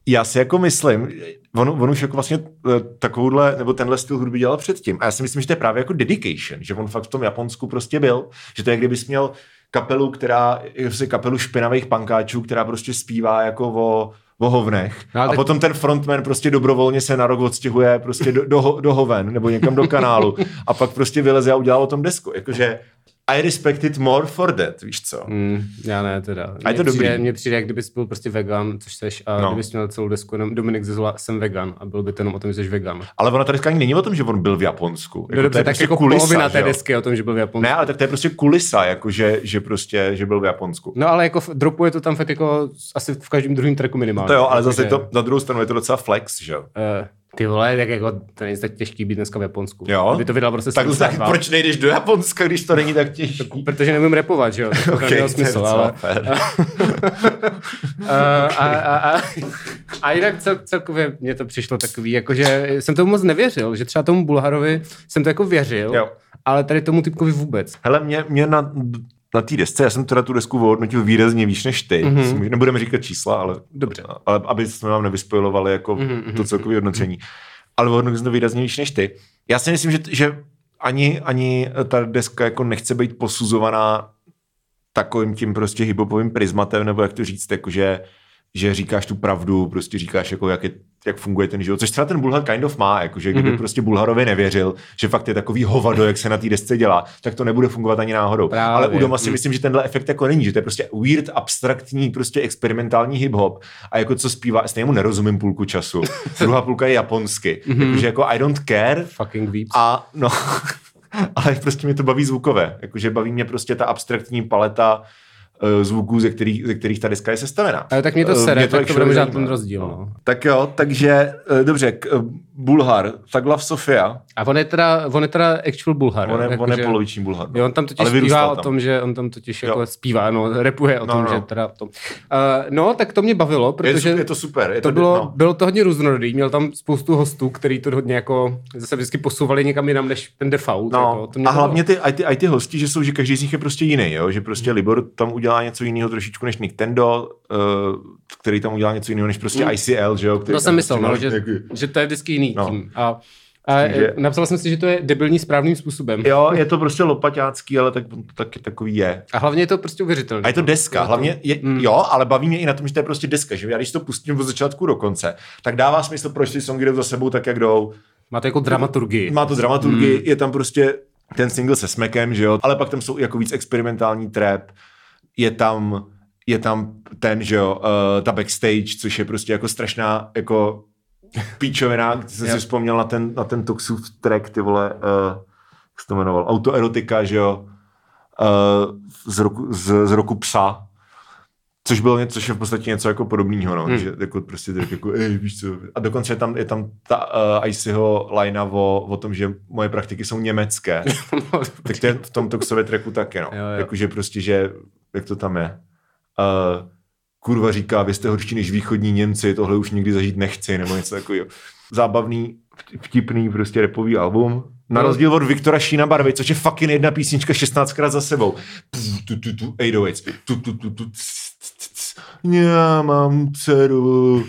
já si jako myslím, on, on už jako vlastně eh, takovouhle, nebo tenhle styl hudby dělal předtím. A já si myslím, že to je právě jako dedication, že on fakt v tom Japonsku prostě byl. Že to je, kdybys měl kapelu, která, prostě kapelu špinavých pankáčů, která prostě zpívá jako o, o hovnech.
No,
No,
ale
a
tak-
potom ten frontman prostě dobrovolně se na rok odstěhuje prostě do, do, ho- do hoven nebo někam do kanálu a pak prostě vyleze a udělá o tom desku. Jakože I respect it more for that, víš co?
Mm, já ne, teda.
A je to
Mně přijde,
dobrý.
Mně přijde, jak kdybys byl prostě vegan, což seš, a no.
No.
kdybys měl celou desku jenom Dominik Zezula, jsem vegan a byl by to jenom o tom, že jsi vegan. No
Ale ona ta deska ani není o tom, že on byl v Japonsku.
jako
Jako to
dobře,
je
tak
prostě
jako
kulisa,
polovina
že
té
jo?
desky je o tom, že byl v Japonsku.
Ne, ale tak to je prostě kulisa, jako že, že prostě, že byl v Japonsku.
No ale jako f- dropuje to tam fakt jako s- asi v každém druhém tracku minimálně.
To jo, ale zase
Takže,
to, na druhou stranu je to docela flex, že jo?
eh, ty vole, tak jako to není tak těžký být dneska v Japonsku.
Jo?
By to vydal prostě
Tak, tak
72.
proč nejdeš do Japonska, když to není tak těžký?
Protože nemím repovat, že jo? Tak to okay,
Okej, to
nemělo
je
smysl,
docela
ale...
fér.
a, a, a, a, a jinak cel, celkově mě to přišlo takový, jakože jsem tomu moc nevěřil, že třeba tomu Bulharovi jsem to jako věřil,
Jo.
ale tady tomu typkovi vůbec.
Hele, mě, mě na, na té desce, já jsem teda tu desku ohodnotil výrazně výš než ty.
Mhm.
Mm-hmm. Nebudeme říkat čísla, ale,
Dobře.
ale aby jsme vám nevyspojovali jako mm-hmm. to celkové hodnocení. Ale ohodnotil jsem to výrazně výš než ty. Já si myslím, že, že ani, ani ta deska jako nechce být posuzovaná takovým tím prostě hiphopovým prismatem, nebo jak to říct, jakože že říkáš tu pravdu, prostě říkáš, jako jak, je, jak funguje ten život, což třeba ten Bulhar kind of má, jakože kdyby mm-hmm. prostě Bulharovi nevěřil, že fakt je takový hovado, jak se na té desce dělá, tak to nebude fungovat ani náhodou.
Právě.
Ale u doma si
Mm.
myslím, že tenhle efekt jako není, že to je prostě weird, abstraktní, prostě experimentální hip-hop a jako co zpívá, stejně mu nerozumím půlku času, druhá půlka je japonsky,
Mhm.
mm-hmm. jakože jako I don't care,
Fucking víc.
a no, ale prostě mě to baví zvukové. Jakože baví mě prostě ta abstraktní paleta eh, zvuků, ze kterých, ze kterých ta deska je sestavená.
Ale tak mě to
Eh,
sere, tak to
actually
bude možná
zajímá.
ten rozdíl. No.
Tak jo, takže eh, dobře, k, eh, Bulhar, tak Love Sofia,
A on je teda, on je teda actual Bulhar.
on je,
jako
on je
že-
poloviční Bulhar. no.
Jo, on tam totiž
Ale vyrůstal
zpívá o
tam.
tom, že on tam totiž
Jo.
jako zpívá, no, repuje o
No,
tom,
no.
že teda to. Uh, no, tak to mě bavilo,
je, to,
protože
je to super. Je
to
to
bylo,
no.
bylo to hodně různorodý, měl tam spoustu hostů, který to hodně jako zase vždycky posouvali někam jinam než ten default. jako,
No,
to mě
a
bavilo.
hlavně ty, aj, ty, aj ty hosti, že jsou, že každý z nich je prostě jiný, jo? že prostě
Hmm.
Libor tam udělá něco jiného trošičku než Nintendo, uh, který tam udělá něco jiného než prostě ICL, že jo? který
To
tam
jsem myslel,
prostě
Hmm. no,
má
že,
nějaký-
že to je vždycky jiný no.
No.
tím. A, a e,
Takže-
napsal jsem si, že to je debilní správným způsobem.
Jo, je to prostě lopaťácký, ale tak, tak, takový je.
A hlavně je to prostě uvěřitelné.
A je to deska, hlavně, je,
Mm.
jo, ale baví mě i na tom, že to je prostě deska, že já když to pustím od začátku do konce, tak dává smysl, proč ty songy jdou za sebou tak, jak jdou.
Má to jako dramaturgii.
Má to dramaturgii, je tam prostě ten single se smekem, že jo, ale pak tam jsou jako víc experimentální trap, je tam, je tam ten, že jo, uh, ta backstage, což je prostě jako strašná, jako píčovina, když jsem
Jo.
si vzpomněl na ten, na ten Toxův track, ty vole, uh, jak se to jmenoval, autoerotika, že jo, uh, z, roku, z, z roku psa, což bylo něco, což je v podstatě něco jako podobného, no,
Hmm.
hmm. že jako prostě tak jako, ej, víš co, a dokonce je tam, je tam ta uh, Icyho linea o, o tom, že moje praktiky jsou německé,
No,
tak to je v tom Toxově tracku taky, no,
Jo, jo.
jakože prostě, že, jak to tam je, uh, kurva říká, vy jste horší než východní Němci, tohle už nikdy zažít nechci, nebo něco takového. Zábavný, vtipný prostě repový album. Na
No.
rozdíl od Viktora Šína Barvy, což je fucking jedna písnička 16krát za sebou. Pff, Tu, tu, tu, 808. Tu, tu, tu, tu, tc, tc, tc. Já mám dceru.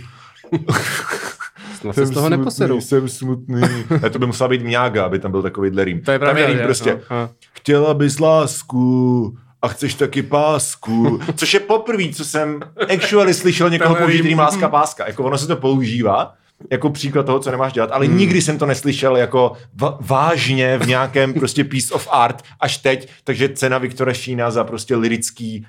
No, se z toho
smutný,
neposedu.
Jsem smutný. Ne, to by musela být mňága, aby tam byl takovýhle rým.
To je
tam
pravda.
je rým
že?
prostě.
No, a-
Chtěla bys lásku a chceš taky pásku. Což je poprvé, co jsem actually slyšel někoho
Tenhle
použít
rým.
rým láska páska. Jako ono se to používá jako příklad toho, co nemáš dělat, ale hmm. nikdy jsem to neslyšel jako va- vážně v nějakém prostě piece of art až teď, takže cena Viktora Šína za prostě lirický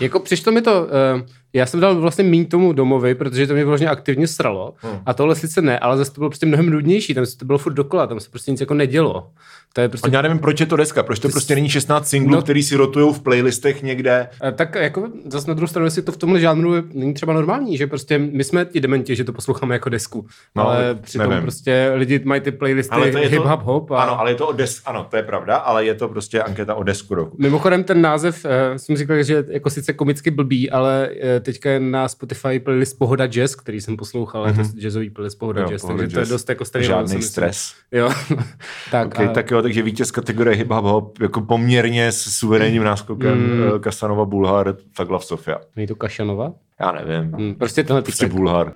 Jako přišlo mi to, eh, Já jsem dal vlastně míň tomu domovi, protože to mě vložně aktivně sralo.
Hmm.
Hmm. A tohle sice ne, ale zase to bylo prostě mnohem nudnější, tam se to bylo furt dokola, tam se prostě nic jako nedělo. To je prostě
A já nevím, proč je to deska, proč to prostě není 16 singlů, no.
No.
který si rotujou v playlistech někde.
E, Tak jako zase na druhou stranu, jestli to v tomhle žánru je- není třeba normální, že prostě my jsme ti dementi, že to posloucháme jako desku,
No,
no, ale
nevím.
přitom nevím. prostě lidi mají ty playlisty
Ale to je
hip
to,
hop hop a
Ano, ale je to o des, ano, to je pravda, ale je to prostě anketa o desku roku.
Mimochodem ten název, eh, jsem říkal, že je jako sice komicky blbý, ale eh, teďka je na Spotify playlist Pohoda Jazz, který jsem poslouchal, mm-hmm. to je jazzový playlist Pohoda jo, Jazz,
Mhm. pohoda
takže to je
jazz.
dost jako starý
Žádný
hlas, si myslím.
stres.
Jo, tak,
Okay,
a,
tak jo, takže vítěz kategorie hip hop hop jako poměrně s suverénním náskokem mm. Kasanova Bulhar, Thug Love Sofia.
není to Kašanova?
Já nevím.
Hm, prostě tenhle
Prostě
typ.
Bulhar.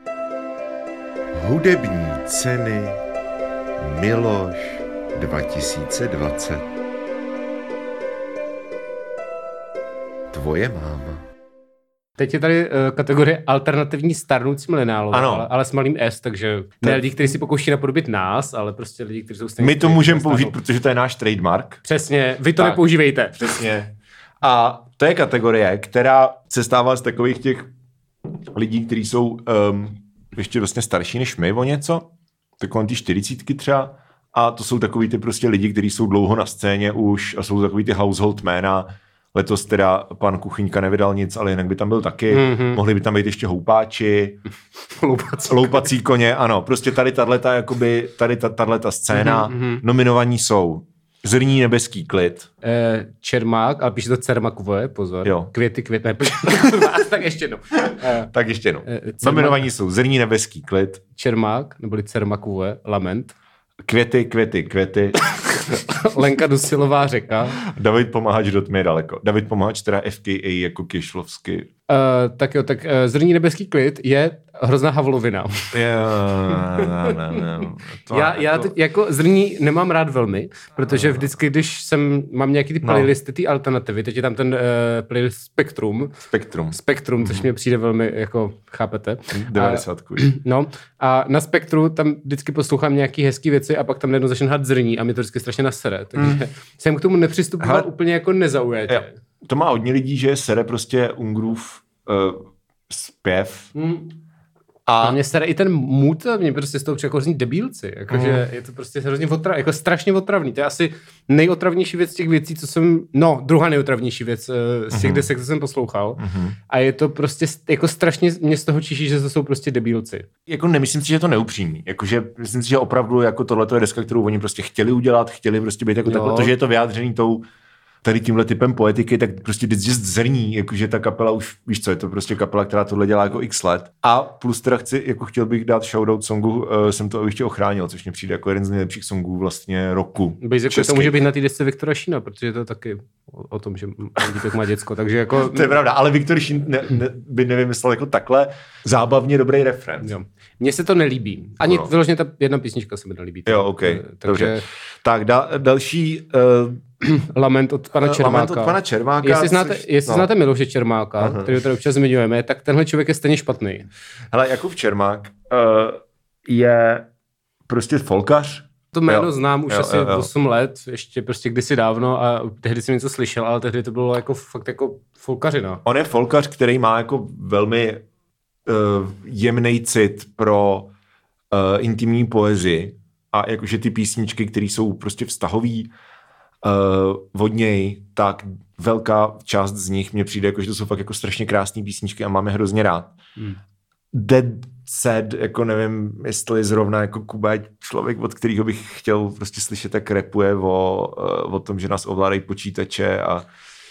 Hudební ceny Miloš 2020. Tvoje máma.
Teď je tady eh, kategorie alternativní starnoucí milenálové,
Ano.
ale, ale s malým S, takže ne lidi, kteří si pokouší napodobit nás, ale prostě lidi, kteří jsou stejně.
My to
stejně
můžeme
starnou.
použít, protože to je náš trademark.
Přesně, vy to
Tak.
tak. nepoužívejte.
Přesně. A to je kategorie, která se stává z takových těch lidí, kteří jsou um, ještě vlastně starší než my o něco, tak kolem ty čtyřicítky třeba, a to jsou takový ty prostě lidi, kteří jsou dlouho na scéně už a jsou takový ty household jména. Letos teda pan Kuchyňka nevydal nic, ale jinak by tam byl taky. Mm-hmm. Mohli by tam být ještě houpáči,
Loupací.
loupací koně, ano. Prostě tady tato, jakoby, tady ta- tato scéna, mm-hmm. nominovaní jsou Zrní nebeský klid,
Eh, Čermák, ale píše to Cermakové, pozor.
Jo.
Květy, květ, ne, počkej, tak ještě jednou. Eh,
Tak ještě jednou.
Eh, Cermak-
Nominovaní jsou Zrní nebeský klid,
Čermák, neboli Cermakové, Lament.
Květy, květy, květy,
Lenka Dusilová řeka.
David Pomáhač do tmy je daleko. David Pomáhač teda FKA jako Kišlovsky.
Eh, tak jo, tak eh, Zrní nebeský klid je hrozná havlovina.
Jo, no, no, no. To
Já, já
jako-
teď jako zrní nemám rád velmi, protože vždycky, když jsem, mám nějaký ty
No.
playlisty, ty alternativy, teď je tam ten uh, playlist Spektrum,
Spektrum.
Spektrum,
Mhm.
což mě přijde velmi, jako, chápete. A,
90.
no, a na Spektru tam vždycky poslouchám nějaký hezký věci a pak tam najednou začne hrát zrní a mě to vždycky strašně nasere, takže mm. jsem k tomu nepřistupoval
Mhm. Hele.
úplně jako nezaujatě.
Jo. To má hodně lidí, že sere prostě Ungrův uh, zpěv.
A mě sere i ten mood, mě prostě z toho přijde jako hrozný debílci, jakože mm. je to prostě hrozně otra, jako strašně otravný, to je asi nejotravnější věc těch věcí, co jsem, no, druhá nejotravnější věc eh,
Mhm.
z těch mm. desek, co jsem poslouchal mm. a je to prostě st- jako strašně, mě z toho čiší, že to jsou prostě debílci.
Jako nemyslím si, že je to neupřímný. Jakože myslím si, že opravdu jako tohle je deska, kterou oni prostě chtěli udělat, chtěli prostě být jako
Jo.
takhle, to, že je to vyjádřený tou tady tímhle typem poetiky, tak prostě jde just zrní, jakože ta kapela už, víš co, je to prostě kapela, která tohle dělá jako x let. A plus teda chci, jako chtěl bych dát shoutout songu, uh, jsem to ještě ochránil, což mě přijde jako jeden z nejlepších songů vlastně roku.
Bejzek, jako to
Český.
může být na té desce Viktora Šína, protože to je taky o, o tom, že m- dítek má děcko, takže jako...
To je pravda, ale Viktor Šín ne, ne, by nevymyslel jako takhle zábavně dobrý referenc.
Jo. Mně se to nelíbí. Ani
No.
no. vyloženě ta jedna písnička se mi nelíbí.
Jo, OK,
Eh,
dobře.
Takže
Tak da, další uh,
lament od pana Čermáka.
Lament od pana Eh, Čermáka.
Jestli znáte,
což-
jestli
no.
no. znáte Miloše Čermáka, Aha. který tady občas zmiňujeme, tak tenhle člověk je stejně špatný.
Hele, Jakub Čermák uh, je prostě folkař.
To jméno
Jo.
jo. znám už
Jo,
jo, asi
jo, jo.
8 let, ještě prostě kdysi dávno a tehdy jsem něco slyšel, ale tehdy to bylo jako fakt jako folkařina.
On je folkař, který má jako velmi uh, jemný cit pro uh, intimní poezii a jakože ty písničky, které jsou prostě vztahový uh, od něj, tak velká část z nich mě přijde, jakože to jsou fakt jako strašně krásné písničky a máme hrozně rád.
Hmm.
Dead Sad, jako nevím, jestli zrovna jako Kuba je člověk, od kterého bych chtěl prostě slyšet, tak repuje o, eh, o tom, že nás ovládají počítače a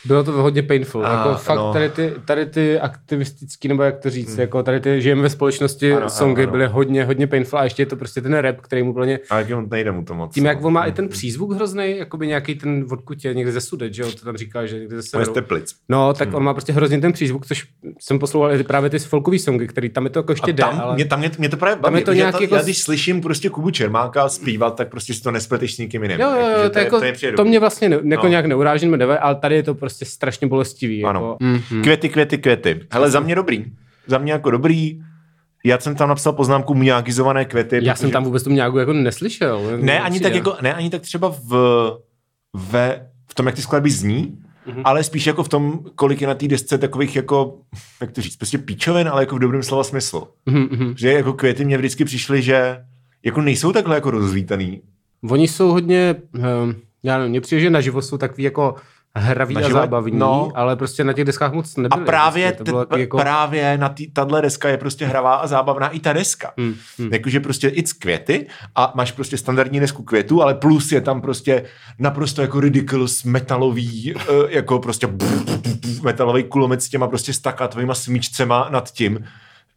Bylo to hodně painful.
A,
A, jako fakt
no.
no. tady, ty, tady ty aktivistický, nebo jak to říct, hmm. jako tady ty žijeme ve společnosti
Ano, ano,
ano, songy
ano.
ano. byly hodně, hodně painful a ještě je to prostě ten rap, který mu plně
A jak on nejde mu to moc.
tím,
no.
jak on má i ten přízvuk hrozný, jakoby nějaký ten odkud je někde ze sudet, že jo, to tam říká, že někde ze
On je z
severu.
Teplic.
No,
Hmm.
tak on má prostě hrozně ten přízvuk, což jsem poslouchal i právě ty folkový songy, který tam je to jako
A
ještě jde,
tam,
ale...
mě, tam, mě, mě to právě baví.
je to
protože
nějak
ta-
jako
Já
s-
když slyším prostě Kubu Čermáka zpívat, tak prostě si to nespleteš s nikým jiným.
Jo, jo,
Jakože
jo, to, jako,
je- je
to, to mě vlastně ne, jako
No.
no. nějak neuráží, neve, ale tady je to prostě strašně bolestivý.
Ano.
Jako, mm-hmm.
Květy, květy, květy. Hele, za mě dobrý. Za mě jako dobrý. Já jsem tam napsal poznámku mňákizované květy.
Já
protože-
jsem tam vůbec tu nějakou jako neslyšel.
Ne, ani jako-
Určitě.
tak, jako, ne, ani tak třeba v, ve, v tom, jak ty skladby zní,
Mhm.
mm-hmm. ale spíš jako v tom, kolik je na té desce takových jako, jak to říct, prostě píčovin, ale jako v dobrém slova smyslu.
Mhm,
Že jako květy mě vždycky přišly, že jako nejsou takhle jako rozlítaný.
Oni jsou hodně, hm, já nevím, mně přijde, že na život jsou takový jako hravý
Na
a
život?
zábavní,
No.
no. ale prostě na těch deskách moc
A
nebyly.
právě,
prostě, to bylo
t-
taky jako,
právě na tý, tato deska je prostě hravá a zábavná i ta deska.
hm, hm.
Jakože prostě i z květy a máš prostě standardní desku květů, ale plus je tam prostě naprosto jako ridiculous metalový, eh, jako prostě buf, buf, buf, buf, metalový kulomet s těma prostě stakatovýma smyčcema nad tím.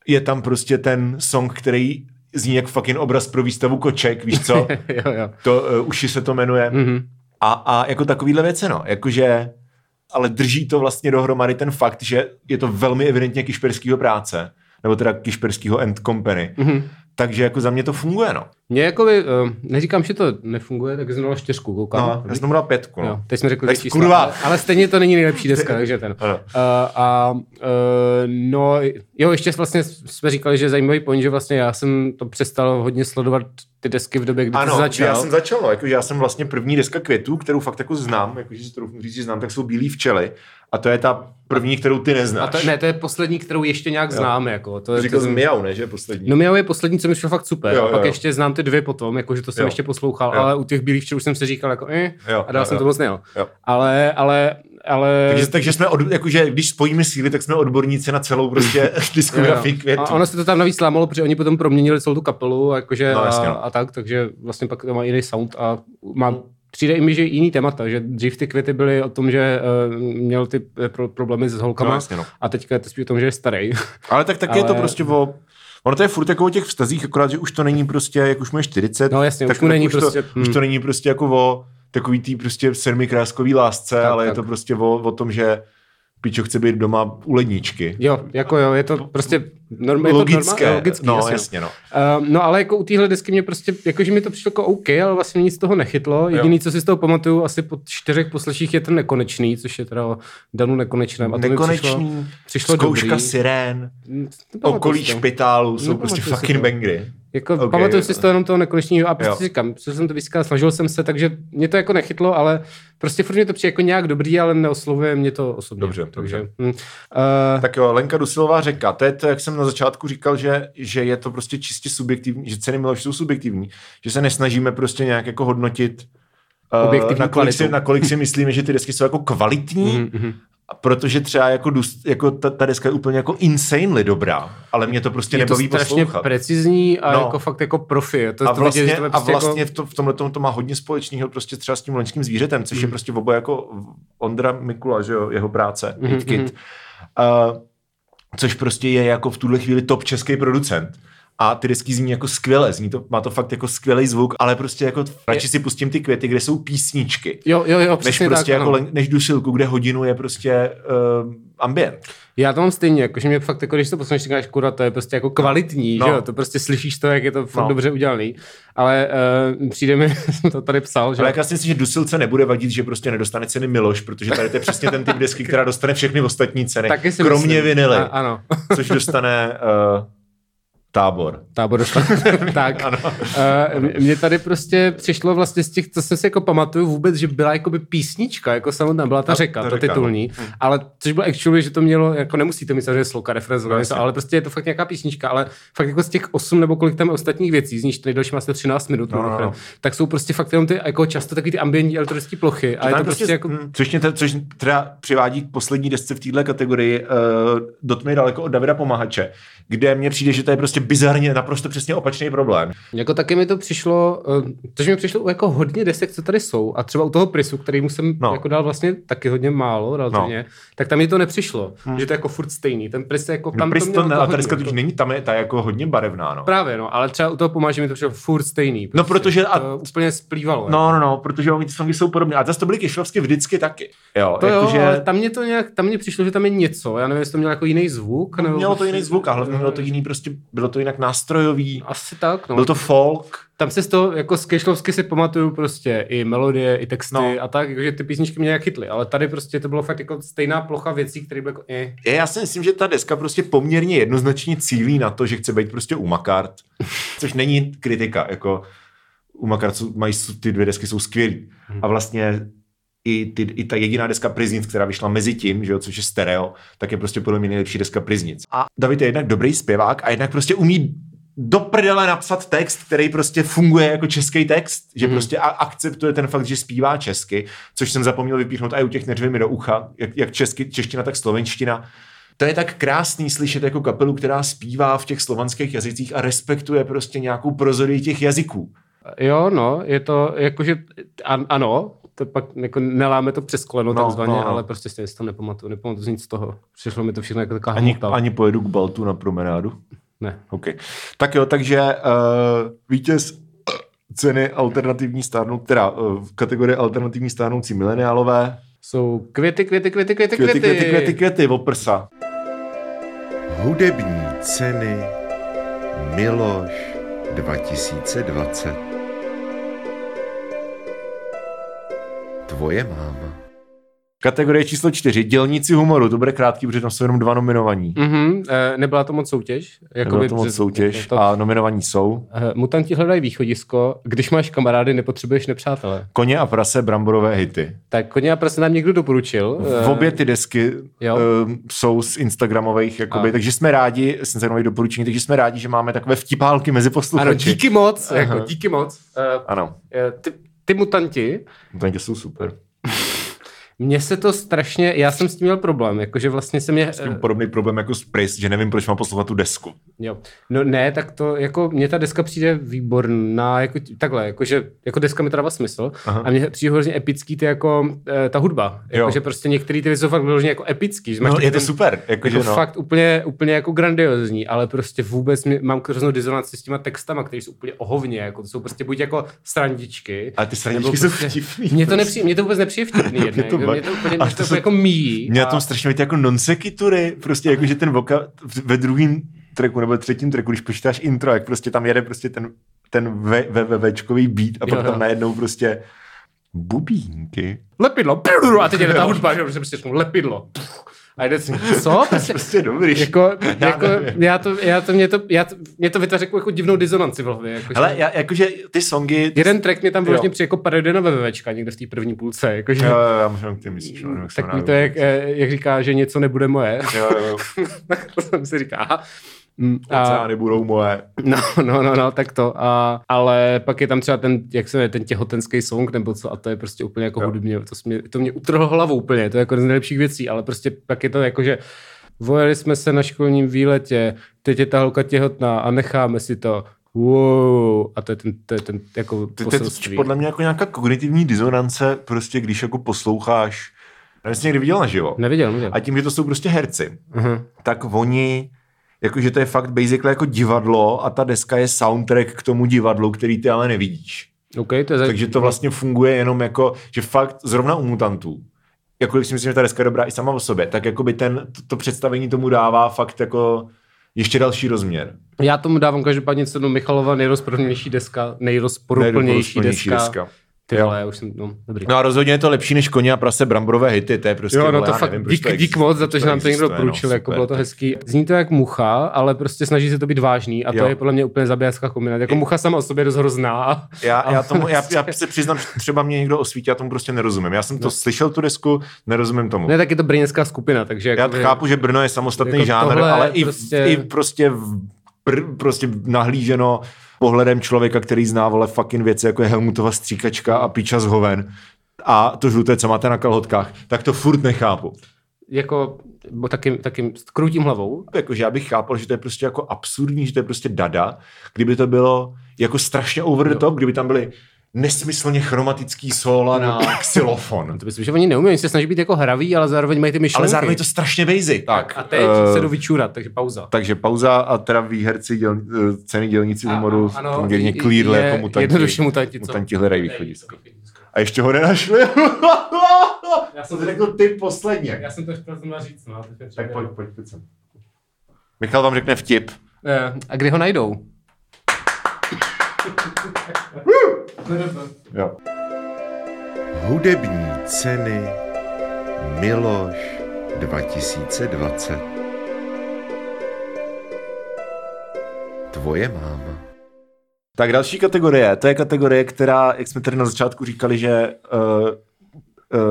Je tam prostě ten song, který zní jak fucking obraz pro výstavu koček, víš co?
jo, jo.
To uh, uši se to jmenuje.
Mhm.
A, a jako takovýhle věci, no. Jakože, ale drží to vlastně dohromady ten fakt, že je to velmi evidentně kišperskýho práce. Nebo teda kišperskýho End Company.
Mhm.
Takže jako za mě to funguje, no.
Mně jako by, neříkám, že to nefunguje, tak jsem dal čtyřku, koukám.
no já jsem tomu dal pětku, no.
Jo, teď jsme řekli
Tak
ty čísla,
kurva.
ale, ale stejně to není nejlepší deska, takže ten. Uh,
Ano.
a uh, no, jo, ještě vlastně jsme říkali, že je zajímavý point, že vlastně já jsem to přestal hodně sledovat ty desky v době, kdy
Ano,
ty
začal.
začal.
já jsem začal, no, jakože já jsem vlastně první deska květů, kterou fakt jako znám, jakože si to doufnu říct, že znám, tak jsou bílí včely. A to je ta první, kterou ty neznáš.
a to, ne, to je poslední, kterou ještě nějak znám. Jako, to, je-
Říkal
to
jsem
jsem-
Miau, ne, že poslední.
No Miau je poslední, co mi šlo fakt super.
Jo,
Jo, a pak
jo, jo.
jo. ještě znám ty dvě potom, jakože to jsem
Jo.
jo. ještě poslouchal,
Jo.
jo. ale u těch bílých včelů jsem si říkal jako eh,
Jo,
jo, a dál
jo,
jo, jsem
jo.
to moc nejel.
Jo.
Ale, ale, ale...
Takže, takže jsme, od, jakože když spojíme síly, tak jsme odborníci na celou prostě diskografii květů.
A ono se to tam navíc lámalo, protože oni potom proměnili celou tu kapelu a, jakože
No,
no,
jasně,
a,
no.
a tak, takže vlastně pak to má jiný sound a má, přijde i mi, že jiný témata, že dřív ty květy byly o tom, že uh, měl ty eh, pro, problémy s holkama
No, jasně, no.
a teďka je to spíš o tom, že je starý.
Ale tak taky ale... je to
Ale-
prostě o... Ono to je furt jako o těch vztazích, akorát, že už to není prostě, jak už mu je 40,
No jasně,
tak
už mu není
už
prostě,
To, už
hm.
to není prostě jako o takový tý prostě sedmikráskový lásce, tak,
Tak,
ale tak. je
tak.
to prostě o, o tom, že Pičo chce být doma u ledničky.
jo, jako jo, je to prostě norm, je to
Logické.
norma, logický,
no,
jasně,
jasně,
no.
jasně no.
Ehm, no ale jako u téhle desky mě prostě, jakože mi to přišlo jako OK, ale vlastně nic z toho nechytlo. Jediný, co si z toho pamatuju, asi po čtyřech posleších je ten nekonečný, což je teda o Danu nekonečném. A to mi přišlo,
Nekonečný,
přišlo
zkouška
dobrý.
sirén,
Mm, nepamatuju
okolí
si to.
špitálu jsou
Nepamatuju
prostě
si to.
fucking bangry.
Jako,
Ok,
okay, pamatuju
jo.
si z toho jenom toho nekonečního a
Jo.
prostě si říkám, co jsem to vyskal, snažil jsem se, takže mě to jako nechytlo, ale prostě furt mě to přijde jako nějak dobrý, ale neoslovuje mě to osobně.
Dobře,
takže,
dobře.
Hm. Uh,
Tak jo, Lenka Dusilová řeka. To je to, jak jsem na začátku říkal, že, že je to prostě čistě subjektivní, že ceny Miloše jsou subjektivní, že se nesnažíme prostě nějak jako hodnotit eh,
Objektivní
nakolik, si,
kvalitu.
nakolik si myslíme, že ty desky jsou jako kvalitní, mm-hmm.
mhm.
protože třeba jako, dus- jako ta, ta deska je úplně jako insanely dobrá, ale mě to prostě
je to
nebaví
strašně
poslouchat.
precizní a
No.
no. jako fakt jako profi. To,
A
to vidět, že
vlastně,
to je
a
prostě
vlastně
jako...
v, to, v tomhle to má hodně společného prostě třeba s tím loňským zvířetem, což je
Hmm.
prostě oba jako Ondra Mikula, že jo, jeho práce, mm,
Mhm,
Kid. Uh, což prostě je jako v tuhle chvíli top český producent. A ty desky zní jako skvěle, zní to, má to fakt jako skvělý zvuk, ale prostě jako radši si pustím ty květy, kde jsou písničky,
Jo, jo, jo,
než
přesně
prostě
tak, no.
jako,
ano.
len- než dušilku, kde hodinu je prostě uh, ambient.
Já to mám stejně, jakože mě fakt, jako, když to posloucháš, říkáš, kurva, to je prostě jako kvalitní,
No.
no. že jo? To prostě slyšíš to, jak je to fakt
No.
no. dobře udělaný. Ale uh, přijde mi, jsem to tady psal, že
Ale já si myslím, že Dusilce nebude vadit, že prostě nedostane ceny Miloš, protože tady to je přesně ten typ desky, která dostane všechny ostatní ceny,
taky si
kromě
myslím.
vinily,
A, ano,
což dostane uh, tábor.
tábor dostal. tak.
Ano.
Uh, mně tady prostě přišlo vlastně z těch, co jsem si jako pamatuju vůbec, že byla jakoby písnička, jako samotná, byla ta
Ta-
řeka,
ta
ta
řeka, no. Hm.
titulní, ale což bylo actually, že to mělo, jako nemusí to mít samozřejmě sloka, reference,
No,
no,
jasně.
ale prostě je to fakt nějaká písnička, ale fakt jako z těch 8 nebo kolik tam je ostatních věcí, z níž to nejdelší má asi 13 minut,
No, no, no.
mimochodem, tak jsou prostě fakt jenom ty, jako často taky ty ambientní elektronické plochy a je to prostě jako...
mm, což, mě teda, což teda přivádí k poslední desce v této kategorii uh, do tmy daleko od Davida Pomahače, kde mně přijde, že to je prostě bizarně naprosto přesně opačný problém.
Jako taky mi to přišlo, eh, což mi přišlo u jako hodně desek, co tady jsou, a třeba u toho Prisu, který mu jsem
No.
no. jako dal vlastně taky hodně málo, relativně, no. tak tam mi to nepřišlo, hmm. že to je jako furt stejný. Ten Pris je jako tam
Tam
to
No,
mělo
to, ne,
jako
a ta
hodně,
deska
jako-
totiž není, tam je ta je jako hodně barevná. No.
Právě, no, ale třeba u toho pomáže mi to přišlo furt stejný. prostě.
No, protože a-
to úplně splývalo. jako.
No, no, no, protože oni ty songy jsou podobné. A zase to byly Kešlovsky vždycky taky. Jo,
To jako, jo,
jakože-
ale tam mě to nějak, tam mě přišlo, že tam je něco, já nevím, jestli to mělo jako prostě jiný zvuk,
No,
nebo...
mělo to jiný zvuk a hlavně mělo to jiný prostě, bylo to jinak nástrojový,
Asi tak, no.
byl to folk.
Tam se z toho, jako z Kešlovsky si pamatuju prostě i melodie, i texty
No.
no. a tak, jakože ty písničky mě nějak chytly, ale tady prostě to bylo fakt jako stejná plocha věcí, které byly jako eh.
Je, Já si myslím, že ta deska prostě poměrně jednoznačně cílí na to, že chce být prostě u Makart, což není kritika, jako u Makart jsou, mají, ty dvě desky jsou skvělý. A vlastně i, ty, i ta jediná deska Priznic, která vyšla mezi tím, že jo, což je stereo, tak je prostě podle mě nejlepší deska Priznic. A David je jednak dobrý zpěvák a jednak prostě umí do prdele napsat text, který prostě funguje jako český text, že mm. prostě a- akceptuje ten fakt, že zpívá česky, což jsem zapomněl vypíchnout i u těch neřvy mi do ucha, jak, jak česky, čeština, tak slovenština. To je tak krásný slyšet jako kapelu, která zpívá v těch slovanských jazycích a respektuje prostě nějakou prozorii těch jazyků.
Jo, no, je to jakože, an, ano, to pak jako neláme to přes koleno
No,
no, takzvaně,
no, no.
no. ale prostě si to nepamatuju, nepamatuju si nic z toho. Přišlo mi to všechno jako taková
Ani,
hmota.
ani pojedu k Baltu na promenádu.
Ne.
Okay. Tak jo, takže uh, vítěz ceny alternativní stárnout, teda uh, v kategorii alternativní stárnoucí mileniálové,
Jsou květy, květy, květy, květy,
květy, květy, květy, květy, oprsa.
Hudební ceny Miloš 2020. Tvoje máma.
Kategorie číslo čtyři, dělníci humoru, to bude krátký, protože tam jsou jenom dva nominovaní.
Mhm, eh, nebyla to moc soutěž. Jako
Jako to moc soutěž
To,
a nominovaní jsou
Eh, Mutanti hledají východisko, když máš kamarády, nepotřebuješ nepřátele.
Koně a prase bramborové hity.
Tak koně a prase nám někdo doporučil.
V
eh,
obě ty desky
jo.
um, jsou z Instagramových, jakoby,
A.
takže jsme rádi, z Instagramových doporučení, takže jsme rádi, že máme takové vtipálky mezi posluchači.
Ano, díky moc,
Aha.
jako, díky moc. Eh,
Ano,
eh, Ty, ty mutanti,
tanky jsou super.
mně se to strašně, já jsem s tím měl problém, jakože vlastně se mě...
tím
eh,
podobný problém jako s Pris, že nevím, proč mám poslouchat tu desku.
Jo. No ne, tak to, jako mně ta deska přijde výborná, jako t- takhle, jakože, jako deska mi dává smysl
Aha.
Aha. a mně přijde hrozně epický ty jako, e, ta hudba,
Jo.
jakože prostě některé ty věci jsou fakt vyloženě jako epický, že máš
No,
taky
je to
ten-
super, jakože
jako
no.
no. fakt úplně, úplně jako grandiozní, ale prostě vůbec mě, mám hroznou dizonanci s těma textama, které jsou úplně ohovně, jako to jsou prostě buď jako srandičky.
Ale ty srandičky
nebo
jsou vtipný,
prostě-
prostě.
Mně to, nepřijde, mě to vůbec nepřijde vtipný
Mě
jedné,
to
to
ba-
mě to úplně,
ale
mě
to
to
jsou-
úplně jako míjí.
Mě na
a-
tom strašně vidíte jako non sekitury, prostě jakože ten voka ve druhém tracku nebo třetím tracku, když počítáš intro, jak prostě tam jede prostě ten, ten ve, ve, ve, večkový beat a pak
jo.
tam najednou prostě bubínky.
lepidlo, prrr, a teď jde ta hudba, že prostě řeknu lepidlo. Pff, A jde si, co? Prostě,
Prostě dobrý.
jako,
Já
jako,
nevím.
já to, já to, mě to, já to, mě to vytváří jako, jako divnou disonanci v hlavě. Jako,
Hele, já, jakože ty songy...
jeden track mě tam
Jo.
vlastně přijde jako parodie na VVVčka někde v té první půlce. Jako, že,
Jo, jo, já možná ty myslíš, no, nevím, jak se
takový
jmenuje.
to, jak, eh, jak, říká, že něco nebude moje.
Jo, jo, jo,
tak to jsem si říká, aha. Mm, A,
oceány budou moje.
no, no, no, no, tak to. A, ale pak je tam třeba ten, jak se jmenuje, ten těhotenský song nebo co, a to je prostě úplně jako
Jo.
hudebně, to, mě, to mě utrhlo hlavu úplně, to je jako jedna z nejlepších věcí, ale prostě pak je to jako, že vojeli jsme se na školním výletě, teď je ta holka těhotná a necháme si to. Wow. A to je ten, to je ten jako
To- To je
poselství.
totiž podle mě jako nějaká kognitivní disonance, prostě když jako posloucháš, nevím, jestli někdy viděl naživo.
Neviděl, neviděl. Mhm.
A tím, že to jsou prostě herci,
Aha.
tak oni, jakože to je fakt basically jako divadlo a ta deska je soundtrack k tomu divadlu, který ty ale nevidíš.
OK, to je za...
Takže to vlastně funguje jenom jako, že fakt zrovna u mutantů, jakkoliv si myslím, že ta deska je dobrá i sama o sobě, tak jako by ten, to, to představení tomu dává fakt jako ještě další rozměr.
Já tomu dávám každopádně cenu Michalova nejrozporuplnější deska, nejrozporuplnější deska. deska. Ty
Jo.
vole, já už jsem, no, dobrý.
No a rozhodně je to lepší než koně a prase bramborové hity, to je prostě...
Jo, no
vole,
to
já
fakt
nevím, proč
dík, dík
existuje,
moc za to,
proč
že nám to někdo
existuje, no,
doporučil, jako
super.
bylo to hezký. Zní to jak mucha, ale prostě snaží se to být vážný a to
Jo.
je podle mě úplně zabijácká kombinace. Jako mucha sama o sobě je dost hrozná.
Já, já,
Ale
tomu, já,
prostě-
já se přiznám, že třeba mě někdo osvítí, já tomu prostě nerozumím. Já jsem to no. slyšel, tu desku, nerozumím tomu.
Ne, tak je to brněnská skupina, takže
já
jako,
chápu, že Brno je samostatný
Jako
jako žánr,
tohle
ale i, prostě...
prostě-
i prostě, v, pr, prostě nahlíženo pohledem člověka, který zná vole fucking věci, jako je Helmutova stříkačka a píča z hoven a to žluté, co máte na kalhotkách, tak to furt nechápu.
jako bo taky, taky krutím hlavou.
Jakože já bych chápal, že to je prostě jako absurdní, že to je prostě dada, kdyby to bylo jako strašně over the top, kdyby tam byly nesmyslně chromatický sóla na xylofon.
To myslím, že oni neumí, oni se snaží být jako hraví, ale zároveň mají ty myšlenky.
Ale zároveň je to strašně basic. Tak,
A teď
eh,
se jdu vyčůrat, takže pauza.
takže pauza a teda výherci děl, eh, ceny dělníci
A-
humoru,
ano,
poměrně
i- i-
clearly
je-
jako mutanti.
jednoduše mutanti, co?
Mutanti hledají východisko. A ještě ho nenašli.
Já
Já
jsem
jsem
to-
to řekl ty posledně.
jsem to chtěl zrovna říct, no.
Tak pojď, pojď, pojď sem. Michal vám řekne vtip.
Eh, A kde ho najdou?
Jo.
Hudební ceny Miloš 2020. Tvoje máma.
Tak další kategorie, to je kategorie, která, jak jsme tady na začátku říkali, že uh,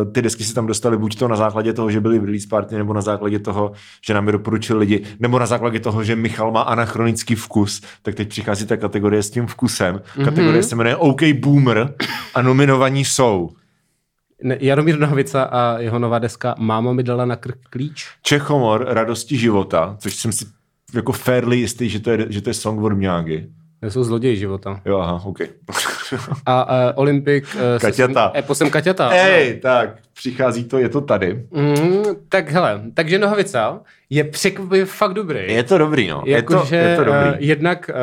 eh, ty desky se tam dostaly buď to na základě toho, že byly v release party, nebo na základě toho, že nám je doporučili lidi, nebo na základě toho, že Michal má anachronický vkus, tak teď přichází ta kategorie s tím vkusem.
Mhm.
Mm-hmm. Kategorie se jmenuje OK Boomer a nominovaní jsou
Ne, Jaromír Novica a jeho nová deska Máma mi dala na krk klíč.
Čechomor Radosti života, což jsem si jako fairly jistý, že to je, že to je song od Mňágy.
To jsou zloději života.
Jo, aha, OK.
A uh, Olympic... Uh,
Kaťata.
Se, eposem Kaťata.
Hej, tak, přichází to, je to tady.
Mm, tak hele, takže Nohavica je překvapivě fakt dobrý.
Je to dobrý, no. Je,
Jako,
to,
že,
je to
eh,
dobrý.
jednak, eh,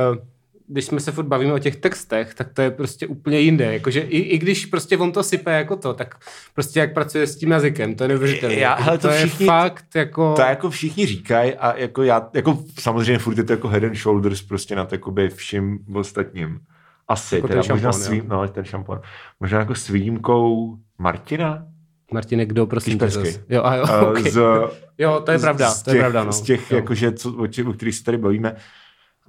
když jsme se furt bavíme o těch textech, tak to je prostě úplně jinde. Jakože i, i když prostě on to sype jako to, tak prostě jak pracuje s tím jazykem, to je neuvěřitelné.
Já- hele, to
to je
všichni-
fakt jako...
To jako všichni říkají a jako já, jako samozřejmě furt je to jako head and shoulders prostě nad jakoby vším ostatním. Asi,
Jako
teda,
ten
možná
šampon,
s vý, no, ten šampon. Možná jako s výjimkou Martina?
Martine, kdo prosím tě
Kišperský.
zas? Jo, a jo,
Eh,
okay.
z,
jo, to je
z-
pravda,
z těch,
to je pravda. No.
Z těch, jako-
Jo.
jakože, co, o, těch, o kterých se tady bavíme.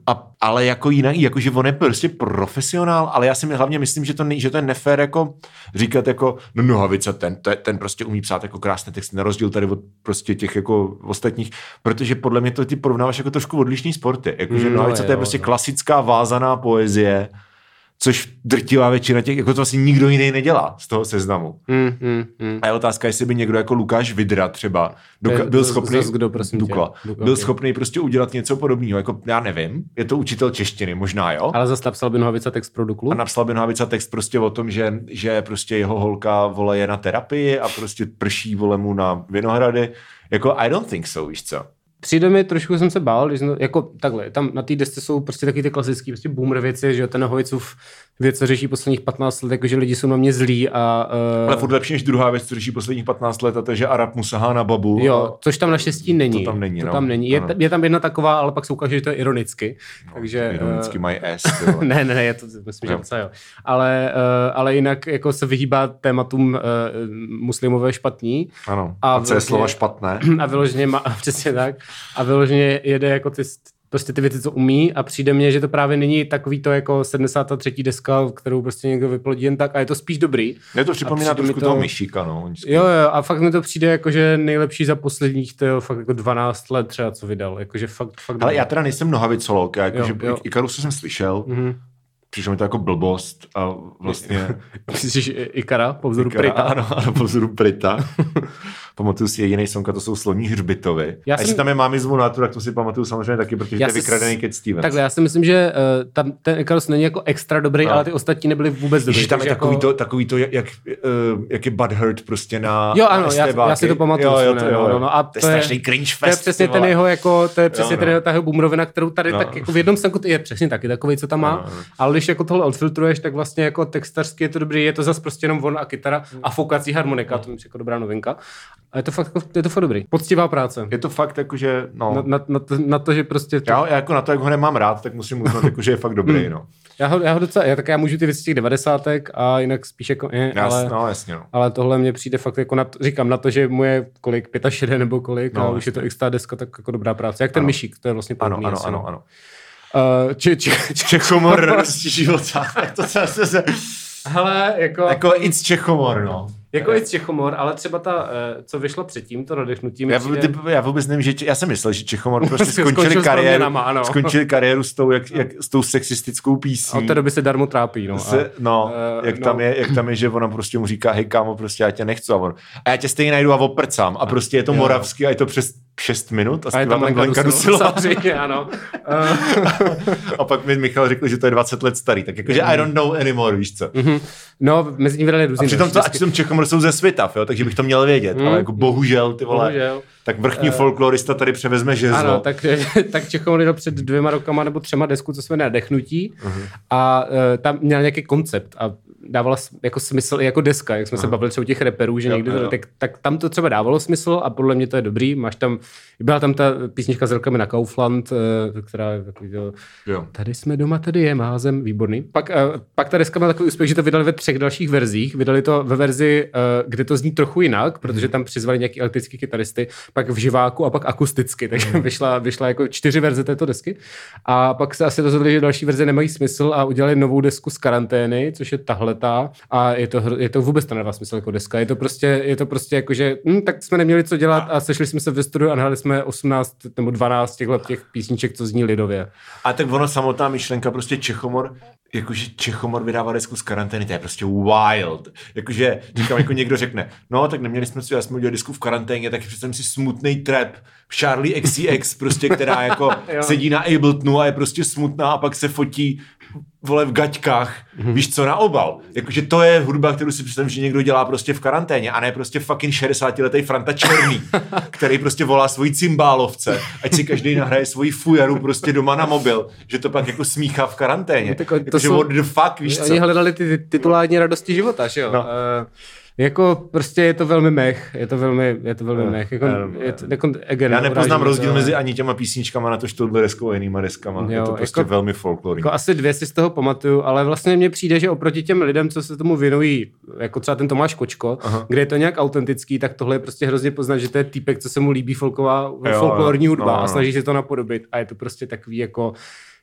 A, ale jako jinak, jakože on je prostě profesionál, ale já si my, hlavně myslím, že to, ne, že to je nefér jako říkat jako, no Nohavica, ten, ten, ten prostě umí psát jako krásné texty, na rozdíl tady od prostě těch jako ostatních, protože podle mě to ty porovnáváš jako trošku odlišný sporty, jakože
Mm,
mm,
no
Nohavica to je
jo,
prostě
no.
klasická vázaná poezie, což drtivá většina těch, jako to asi nikdo jiný nedělá z toho seznamu.
Mm, mm, mm.
A je otázka, jestli by někdo jako Lukáš Vidra třeba
To
doka-
je
byl
z-
schopný,
zas kdo, prosím tě?
Dukla,
Dukla,
byl
ok.
schopný prostě udělat něco podobného. Jako, já nevím, je to učitel češtiny, možná jo.
Ale zase napsal by Nohavica text pro Duklu.
A napsal by Nohavica text prostě o tom, že, že prostě jeho holka vole je na terapii a prostě prší vole mu na Vinohrady. Jako I don't think so, víš co.
Přijde mi, trošku jsem se bál, když jsme, jako takhle, tam na té desce jsou prostě taky ty klasické prostě boomer věci, že jo, ten Nohavicův věc, co řeší posledních 15 let, jakože lidi jsou na mě zlí a... Uh,
Ale furt lepší než druhá věc, co řeší posledních 15 let, a to je, že Arab mu sahá na babu.
Jo, což tam naštěstí není.
tam není,
to
no.
tam není. Je,
Ano.
t- je tam jedna taková, ale pak se ukáže, že to je ironicky. No, takže,
A ironicky
eh,
my ass. ty vole.
ne, ne, ne, je to, myslím, že
Jo.
psa, jo. Ale, eh, ale jinak jako se vyhýbá tématům eh, muslimové špatní.
Ano.
A
A, a co je
vlastně-
slova špatné?
a vyloženě má, přesně tak, a vyloženě jede jako ty, prostě ty věci, co umí a přijde mně, že to právě není takový to jako 73. deska, kterou prostě někdo vyplodí jen tak a je to spíš dobrý.
Mě to
A
připomíná
přijde mi
trošku
to-
toho myšíka, no. loňského.
Jo, jo, a fakt mi to přijde jako, že nejlepší za posledních to je fakt jako 12 let třeba, co vydal, jakože fakt, fakt
Ale
dobrý.
já teda nejsem nohavicolog, já jako,
Jo,
jo, že
jo. Hm.
jo. Ikarusu jsem slyšel, mm-hmm.
Mhm.
přišlo mi to jako blbost a vlastně...
Myslíš Ikara po vzoru
Ikara,
Prita?
Ano, ano, po vzoru Prita. pamatuju si jediný song, a to jsou sloní hřbitovy.
Já
Já a jestli
jsem-
tam je mámy z Monatu, tak to si pamatuju samozřejmě taky, protože
Já
to je
si s-
vykradený Cat Stevens.
Takhle, já si myslím, že uh, tam ten Icarus není jako extra dobrý, no.
No.
ale ty ostatní nebyly vůbec dobrý.
Ježiš, tam je
takže
takový,
jako...
to, takový to, jak, uh, jak je Bud Hurt prostě na
Jo, ano,
na
já- já si
estébáky.
to pamatuju,
Jo, jo,
ne,
to, jo,
no, no, no, a
to,
to
je
je-
strašný cringe fest.
to je přesně
ty vole.
ten jeho, jako, to je přesně
Jo,
ten
no.
jeho, ta jeho boomrovina, kterou tady
No.
tak jako v jednom senku, je přesně taky takový, co tam má,
No, no.
ale když jako tohle odfiltruješ, tak vlastně jako textařsky je to dobrý, je to zase prostě jenom on a kytara a foukací harmonika, to mi přijde jako dobrá novinka. A je to fakt, jako- je to fakt dobrý. Poctivá práce.
Je to fakt jako, že no...
Na, na, na, to, na to, že prostě... To,
já, já jako na to, jak ho nemám rád, tak musím uznat, jako, že je fakt
Hmm.
dobrý, no.
já, ho, já ho docela, já, tak já můžu ty věci z těch devadesátek a jinak spíš jako... Eh,
Já,
ale...
no, jasně, no.
Ale tohle mě přijde fakt jako, na to, říkám, na to, že mu je kolik, 65 nebo kolik, no,
No,
a už je to extra deska, tak jako dobrá práce. Jak ten ano.
Ano.
myšík, to je vlastně
Ano,
podobný.
ano,
asi,
ano,
no.
ano.
Uh, či, či, či,
Čechomor radosti života. Prostě to se, se, se,
hele, jako, jako,
jako it's Čechomor, no.
jako i z Čechomor, ale třeba ta, eh, co vyšla předtím, to nadechnutí mi
Já,
přijde-
vůbec- ty, já vůbec nevím, že Če- já jsem myslel, že Čechomor prostě
Skončil
skončili
s
kariéru,
proměnama, ano.
skončili kariéru s tou, jak, jak, s tou sexistickou
A
písní.
od té doby se darmo trápí, no.
se,
a,
no,
eh,
jak,
no.
Tam je, jak tam je, že ona prostě mu říká, hej kámo, prostě já tě nechci a on, a já tě stejně najdu a oprcám a prostě je to
Jo.
moravský a je to přes 6 minut a,
a je tam Lenka Dusilová.
Dusilová.
Samozřejmě, ano. Eh,
a pak mi Michal řekl, že to je 20 let starý, tak jakože I don't know anymore, víš co.
mhm. no, mezi ní vydali různý
A přitom, to, a
desky.
přitom Čechomor jsou ze světa, jo, takže bych to měl vědět,
Mm.
mm. ale jako bohužel, ty vole,
Bohužel. Eh.
tak vrchní folklorista tady převezme žezlo.
Ano, tak, tak Čechom jel před dvěma rokama nebo třema desku, co jsme na dechnutí
Mhm.
uh-huh. a uh, tam měl nějaký koncept a dávala s- jako smysl i jako deska, jak jsme uh-huh. se bavili třeba o těch reperů, že
Mhm. Jo,
někdy to,
jo.
tak, tak tam to třeba dávalo smysl a podle mě to je dobrý. Máš tam, byla tam ta písnička s rokami na Kaufland, eh, která je takový, jo,
Jo.
Tady jsme doma, tady je mázem, výborný. Pak, uh, pak ta deska měla takový úspěch, že to vydali ve třech dalších verzích. Vydali to ve verzi, uh, kde to zní trochu jinak, protože tam přizvali nějaký elektrický kytaristy, pak v živáku a pak akusticky, takže vyšla, vyšla jako čtyři verze této desky. A pak se asi rozhodli, že další verze nemají smysl a udělali novou desku z karantény, což je tahle letá a je to, hro- je to vůbec to nedává smysl jako deska. Je to prostě, je to prostě jako, že hm, tak jsme neměli co dělat a sešli jsme se ve studiu a nahráli jsme 18 nebo 12 těchto těch písniček, co zní lidově.
A tak ono samotná myšlenka, prostě Čechomor, jakože Čechomor vydává desku z karantény, to je prostě wild. Jakože, říkám, jako někdo řekne, no tak neměli jsme si, já jsme udělali disku v karanténě, tak představím si smutný trap Charlie XCX, prostě, která jako
Jo.
sedí na Abletonu a je prostě smutná a pak se fotí vole v gaťkách,
Mhm.
víš co, na obal. Jakože to je hudba, kterou si představím, že někdo dělá prostě v karanténě a ne prostě fucking 60-letý Franta Černý, který prostě volá svoji cymbálovce, ať si každý nahraje svoji fujaru prostě doma na mobil, že to pak jako smíchá v karanténě.
tak
Tak,
No, to
to Jakože
jsou-
jsou... what the fuck, víš
Oni
co?
hledali ty ty titulární radosti života, že jo? No.
No.
jako prostě je to velmi mech, je to velmi, je to velmi
Eh,
mech. Jako,
eh,
je to, jako, again,
Já nepoznám
urážím to,
rozdíl
ale-
mezi ani těma písničkama na to, že tohle deskou a jinýma deskama.
Jo,
Jo, je to prostě
jako-
jako... velmi folklorní.
Jako asi dvě si z toho pamatuju, ale vlastně mně přijde, že oproti těm lidem, co se tomu věnují, jako třeba ten Tomáš Kočko, Aha.
Aha.
kde je to nějak autentický, tak tohle je prostě hrozně poznat, že to je týpek, co se mu líbí folková,
jo.
folklorní hudba
No,
a
no.
snaží se to napodobit a je to prostě takový jako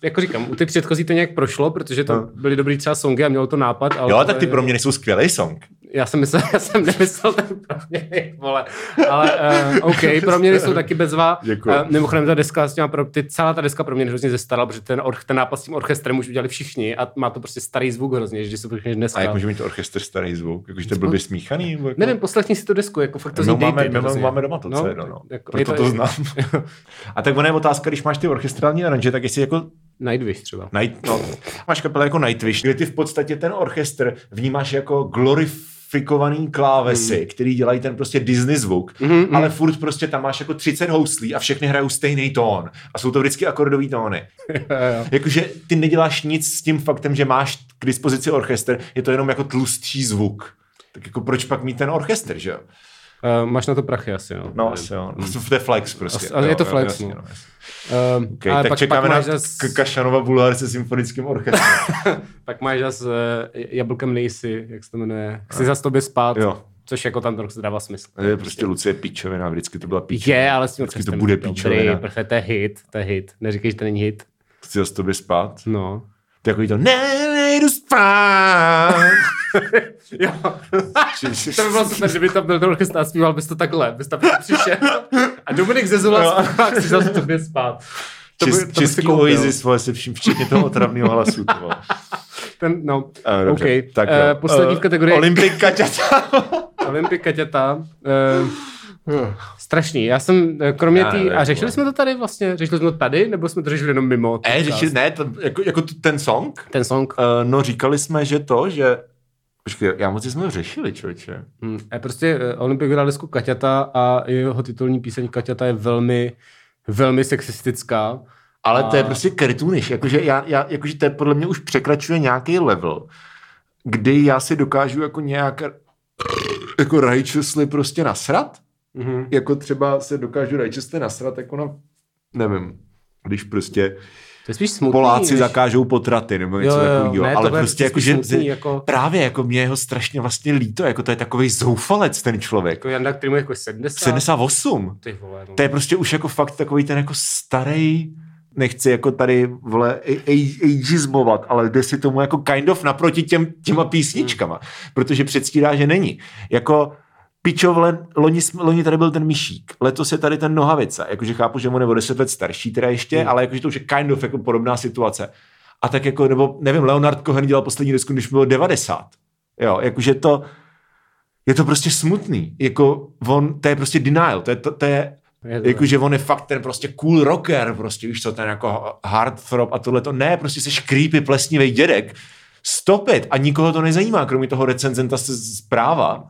jako říkám, u ty předchozí to nějak prošlo, protože to
No.
byly dobrý třeba songy a mělo to nápad. Ale
Jo,
tohle
tak ty
je-
pro mě nejsou skvělý song.
já jsem, myslel, já jsem nemyslel tak pro mě, vole. Ale uh, OK, pro mě jsou taky bezva.
Děkuji.
Eh, mimochodem, ta deska s těma, pro, ty, celá ta deska pro mě hrozně zestarala, protože ten, orch, ten nápad s tím orchestrem už udělali všichni a má to prostě starý zvuk hrozně, že se to všechny dneska.
A jak může mít orchestr starý zvuk? Jakože to je blbě smíchaný? Nebo jako...
Nevím, poslechni si tu desku, jako fakt to
my
zní
ho máme,
dated
my ho
hrozně.
máme doma to, no, co jedno, no.
jako-
Proto
je
to, to znám. A tak ona je otázka, když máš ty orchestrální aranže, tak jestli jako
Nightwish třeba.
Night, no, máš kapela jako Nightwish, kde ty v podstatě ten orchestr vnímáš jako glorifikovaný klávesy,
Hmm.
mm. který dělají ten prostě Disney zvuk,
Mhm,
mm ale furt prostě tam máš jako 30 houslí a všechny hrajou stejný tón a jsou to vždycky akordový tóny. Jakože ty neděláš nic s tím faktem, že máš k dispozici orchestr, je to jenom jako tlustší zvuk. Tak jako proč pak mít ten orchestr, že jo?
uh, máš na to prachy asi, no.
No, asi jo. No, To je flex prostě.
Asi- ale
Jo,
je to
jo,
flex,
jasně,
no.
jasně.
Ehm,
Okay,
ale
tak
pak,
čekáme
pak
na
máš zas-
K- Kašanova Bulhar se symfonickým orchestrem.
Pak máš zase uh, jablkem nejsi, jak se to jmenuje. Chci zase tobě spát,
Eh, Jo.
což jako tam trochu dává smysl.
Je prostě Lucie píčovina, vždycky to byla píčovina.
Je, ale s tím
Vždycky to
orchestrem
bude
je dobrý,
píčovina.
Protože to je hit, to je hit. Neříkej, že to není hit.
Chci zase tobě spát.
No.
To je jako to, ne, nejdu spát.
Jo, to by bylo super, kdyby tam byl ten orchestr a zpíval bys to takhle, bys tam jako přišel. A Dominik Zezula
Jo.
zpívá, chci zase tobě spát. To by- to
Čes,
by si
český
koupil.
Oasis, vole, se vším, včetně toho otravného hlasu. to vole.
Ten, no,
Eh,
OK.
dobře, tak jo.
Eh, poslední v
Eh,
kategorii
Olympik Kaťata.
Olympika děta. Eh, strašný. Já jsem, eh, kromě
Já
tý,
nevím,
a řešili
vole.
jsme to tady vlastně? Řešili jsme to tady, nebo jsme to řešili jenom mimo?
Ne, řeši, ne, to, jako, jako t- ten song.
Ten song.
Uh, no říkali jsme, že to, že... Počkej, já moc jsme ho řešili, člověče.
Hmm. A prostě eh, Olympik vydal desku Kaťata a jeho titulní píseň Kaťata je velmi, velmi sexistická.
Ale to je
A-
prostě cartoonish, jakože, já, já, jakože to je podle mě už překračuje nějaký level, kdy já si dokážu jako nějak jako righteously prostě nasrat,
Mm-hmm.
jako třeba se dokážu righteously nasrat jako na, nevím, když prostě
To je spíš smutný.
Poláci
než-
zakážou potraty nebo něco takového,
ne,
ale
tohle je
prostě jako,
spíš
že,
smutný, jako,
právě jako mě je ho strašně vlastně líto, jako to je takový zoufalec ten člověk.
jako Janda, který mu je jako 70.
78.
Ty vole, no.
To je prostě už jako fakt takový ten jako starý, nechci jako tady vole a- a- ageismovat, ale jde si tomu jako kind of naproti těm, těma písničkama, protože předstírá, že není. Jako pičo, vole, loni, jsme- loni tady byl ten myšík, letos je tady ten nohavica, jakože chápu, že mu nebo 10 let starší teda ještě, ale jakože to už je kind of jako podobná situace. A tak jako, nebo nevím, Leonard Cohen dělal poslední desku, když mu bylo 90. Jo, jakože to, je to prostě smutný. Jako on, to je prostě denial, to je, to, to je
Je to
Jakože on je fakt ten prostě cool rocker, prostě víš co, ten jako hardthrop a tohle to ne, prostě jsi creepy plesnivý dědek. Stopit a nikoho to nezajímá, kromě toho recenzenta se zpráva.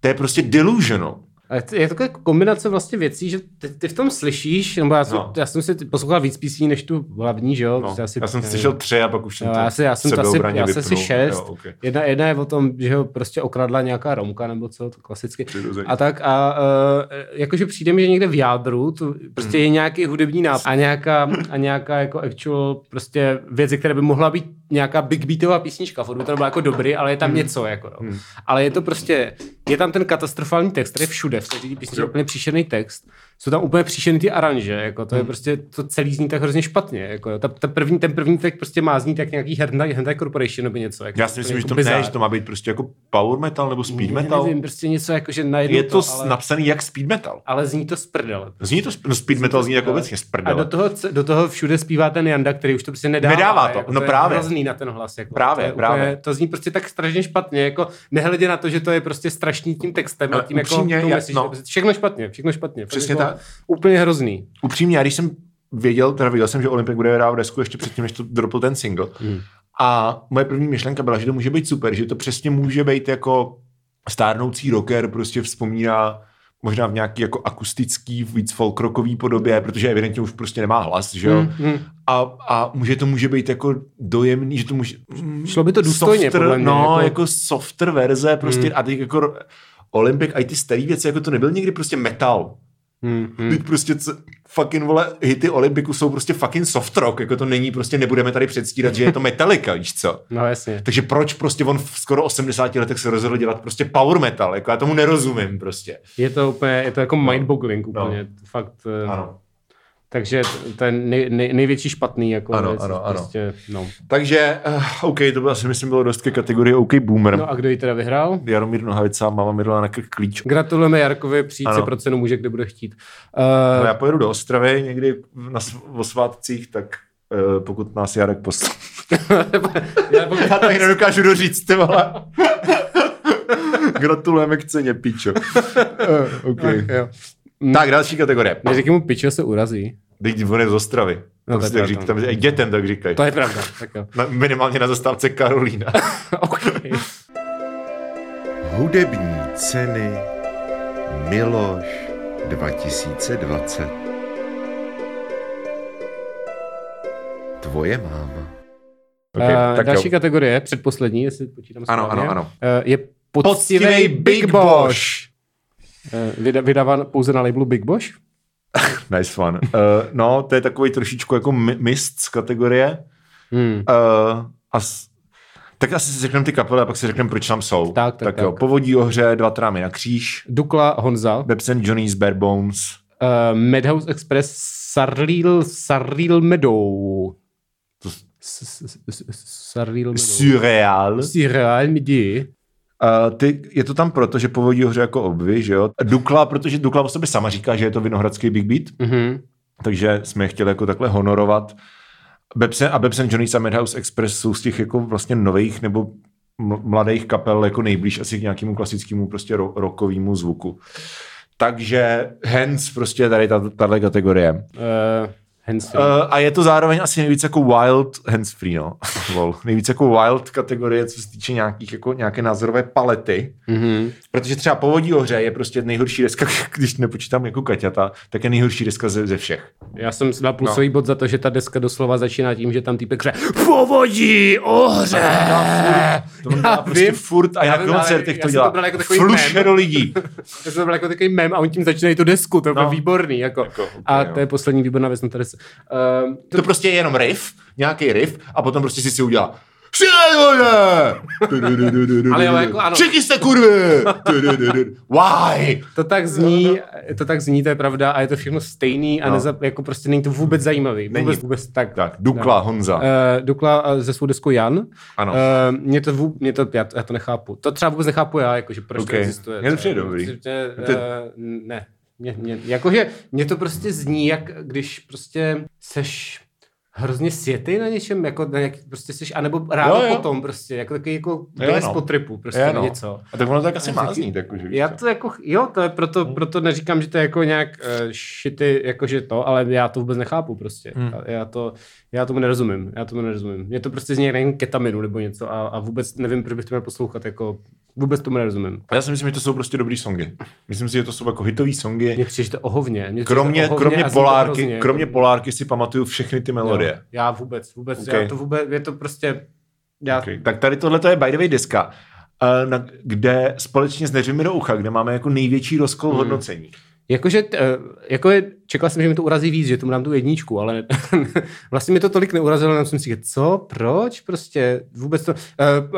To je prostě delusional.
Ale to je taková kombinace vlastně věcí, že ty, ty v tom slyšíš, nebo já jsem, no.
No.
já jsem si ty- poslouchal víc písní než tu hlavní, že jo?
No,
Prostě asi-
já jsem slyšel tři a pak už jsem
Jo,
to
já, si, já jsem to asi,
sebeobraně
já jsem si
vypnul.
šest.
Jo, okay.
jedna, jedna je o tom, že ho prostě okradla nějaká Romka nebo co, to klasicky.
Přirozeně.
A tak a uh, jakože přijde mi, že někde v jádru to prostě je nějaký hudební nápad a nějaká, a nějaká jako actual prostě věc, ze které by mohla být nějaká big beatová písnička, furt by to nebylo jako dobrý, ale je tam něco jako no. Ale je to prostě, je tam ten katastrofální text, který je všude zpěv, se řídí písnička, úplně příšerný text, jsou tam úplně příšerný ty aranže, jako to je prostě, to celý zní tak hrozně špatně, jako jo. ta, ta první, ten první track prostě má znít jak nějaký Hentai, Hentai Corporation nebo něco. Jako,
Já si myslím,
jako
že to,
bizár.
ne, že to má být prostě jako power metal nebo speed metal.
Nevím, prostě něco jako, že najednou
Je to
ale,
napsaný jak speed metal.
ale zní to z prdele.
Zní to, sp- no speed metal zní jako
prdele.
obecně z
A do
prdele.
toho, c- do toho všude zpívá ten Janda, který už to prostě nedává.
Nedává to,
Jako,
no
to
právě.
Je hrozný na ten hlas. Jako.
Právě,
to je
právě.
to zní prostě tak strašně špatně, jako nehledě na to, že to je prostě strašný tím textem
Ale
a tím jako
upřímně,
tou
já-
message,
no.
prostě všechno špatně, všechno špatně. Fakt
Přesně
jako
tak.
Úplně hrozný.
Upřímně, já když jsem věděl, teda viděl jsem, že Olympik bude hrát v desku ještě předtím, než to dropl ten single.
Hmm.
A moje první myšlenka byla, že to může být super, že to přesně může být jako stárnoucí rocker, prostě vzpomíná možná v nějaký jako akustický, víc folkrokový podobě, protože evidentně už prostě nemá hlas, že jo?
Hmm, hmm.
A, a může to může být jako dojemný, že to může... mm,
Šlo by to důstojně,
softer,
podle mě,
No, jako,
jako- Hmm.
jako softer verze prostě a teď jako Olympic a i ty staré věci, jako to nebyl nikdy prostě metal.
Hmm,
Hmm. Teď prostě c- fucking vole, hity Olympiku jsou prostě fucking soft rock, jako to není prostě, nebudeme tady předstírat, že je to Metallica, víš co.
No jasně.
Takže proč prostě on v skoro 80 letech se rozhodl dělat prostě power metal, jako já tomu nerozumím prostě.
Je to úplně, je to jako mindboggling úplně. Fakt, eh,
No. Ano.
takže t- to je nej, nej, největší špatný jako
Ano,
věc,
ano, ano.
prostě, no.
Takže, uh, OK, to bylo asi myslím bylo dost ke kategorii OK Boomer.
no. a kdo ji teda vyhrál?
Jaromír Nohavica, mama mi dala na krk klíč.
Gratulujeme Jarkovi, přijít
Ano.
se pro cenu může, kde bude chtít.
No,
Uh,
já pojedu do Ostravy někdy na, sv- o svátcích, tak eh, pokud nás Jarek poslal. Eh,
já, pokud,
Já to ani nedokážu doříct, ty vole. Gratulujeme k ceně, pičo. Uh, okay.
Eh, jo.
Tak, další kategorie.
Neříkej mu pičo, se urazí.
Teď on je z Ostravy.
No,
Tam, si
to je
tak řík,
pravda.
tam, i dětem tak říkají.
To je pravda. Tak jo.
Na, minimálně na zastávce Karolína.
okay.
Hudební ceny Miloš 2020 Tvoje máma.
Okay,
okay, uh,
tak
další
jo.
kategorie, předposlední, jestli počítám
Ano,
správně,
ano, ano.
Uh, je poctivý,
Poctivej
Big Bosch. Uh, vyda- vydáván pouze na labelu Big Bosch.
Nice one. Uh, no, to je takový trošičku jako mi- mist z kategorie.
Hmm.
Uh, a s... Tak asi si řekneme ty kapely a pak si řekneme, proč tam jsou.
Tak, tak,
tak. Jo.
tak.
Povodí ohře, dva trámy na kříž,
Dukla Honza, uh,
Bebs and Johnny's Bare Bones,
Madhouse Express, Sarlil, Sarlil Meadow.
To-
S- s- s- s- Sarlil Meadow.
Surreal.
Surreal Midi.
Uh, ty, je to tam proto, že povodí hoře jako obvy, že jo? Dukla, protože Dukla o sobě sama říká, že je to vinohradský Big Beat,
Mhm.
takže jsme je chtěli jako takhle honorovat. Bebsen a Bebsen Johnny's a Madhouse Express jsou z těch jako vlastně nových nebo ml- mladých kapel jako nejblíž asi k nějakému klasickému prostě ro- rockovému zvuku. Takže hence prostě tady tato kategorie. Uh,
Uh, Hands
a je to zároveň asi nejvíc jako wild hands free, no. Vol. nejvíc jako wild kategorie, co se týče nějakých, jako, nějaké názorové palety.
Mhm.
Protože třeba povodí ohře je prostě nejhorší deska, když nepočítám jako Kaťata, tak je nejhorší deska ze, ze všech.
Já jsem si dal plusový no. bod za to, že ta deska doslova začíná tím, že tam týpek řve Povodí, ohře!
To on dělá prostě
vím.
furt a
Já
já na
vím, ale
koncertech
já
to
jsem
dělá.
to bral jako takový
Flušero lidí.
Já jsem byl jako takový mem a on tím začínají tu desku, to byl
No.
no. výborný. Jako.
Jako, úplně,
a
jo.
to je poslední výborná věc na té desce. Ehm, to-
To prostě je jenom riff, nějaký riff a potom prostě si si udělá
Ale jo, jako ano.
Všichni jste kurvy! Why?
To tak zní, to tak zní, to je pravda a je to všechno stejný a
No.
no. neza, jako prostě není to vůbec zajímavý. Vůbec,
Není.
vůbec tak.
Tak, Dukla, Honza.
Uh, Dukla eh, se svou deskou Jan.
Ano.
Eh, mě to, vů- mě to já, já, to nechápu. To třeba vůbec nechápu já, jakože proč
Okay.
to existuje.
Mně to
třeba.
přijde dobrý.
Protože, eh,
To je-
ne. Mě, mě, jakože mě to prostě zní, jak když prostě seš hrozně světy na něčem, jako na nějaký, prostě seš, anebo ráno
Jo, jo.
potom prostě, jako takový jako
Jo,
vylez
no.
po tripu, prostě
Je,
na
no.
něco.
A tak ono tak asi
Já
má
taky-
znít, jakože, víš
Já
co.
to jako, jo, to je proto,
Hmm.
proto neříkám, že to je jako nějak uh, shitty, jakože to, ale já to vůbec nechápu prostě. Hmm. Já, to, já tomu nerozumím, já tomu nerozumím. Mě to prostě zní jak na ketaminu nebo něco a, a vůbec nevím, proč bych to měl poslouchat, jako vůbec tomu nerozumím.
A Já si myslím, že to jsou prostě dobrý songy. Myslím si, že to jsou jako hitový songy.
Mně přijde že to ohovně. Mně přijde
Kromě,
to ohovně
kromě,
a zní to
polárky,
hrozně.
kromě polárky si pamatuju všechny ty melodie.
Jo, já vůbec, vůbec,
Okay.
já to vůbec, je to prostě, já,
Okay. Tak tady tohle je by the way deska,
Hmm.
eh, na, kde společně s Neřimi do ucha, kde máme jako největší rozkol v hodnocení.
Jakože, t- jako je, čekal jsem, že mi to urazí víc, že tomu dám tu jedničku, ale vlastně mi to tolik neurazilo, jenom jsem si říkal, co, proč, prostě, vůbec to,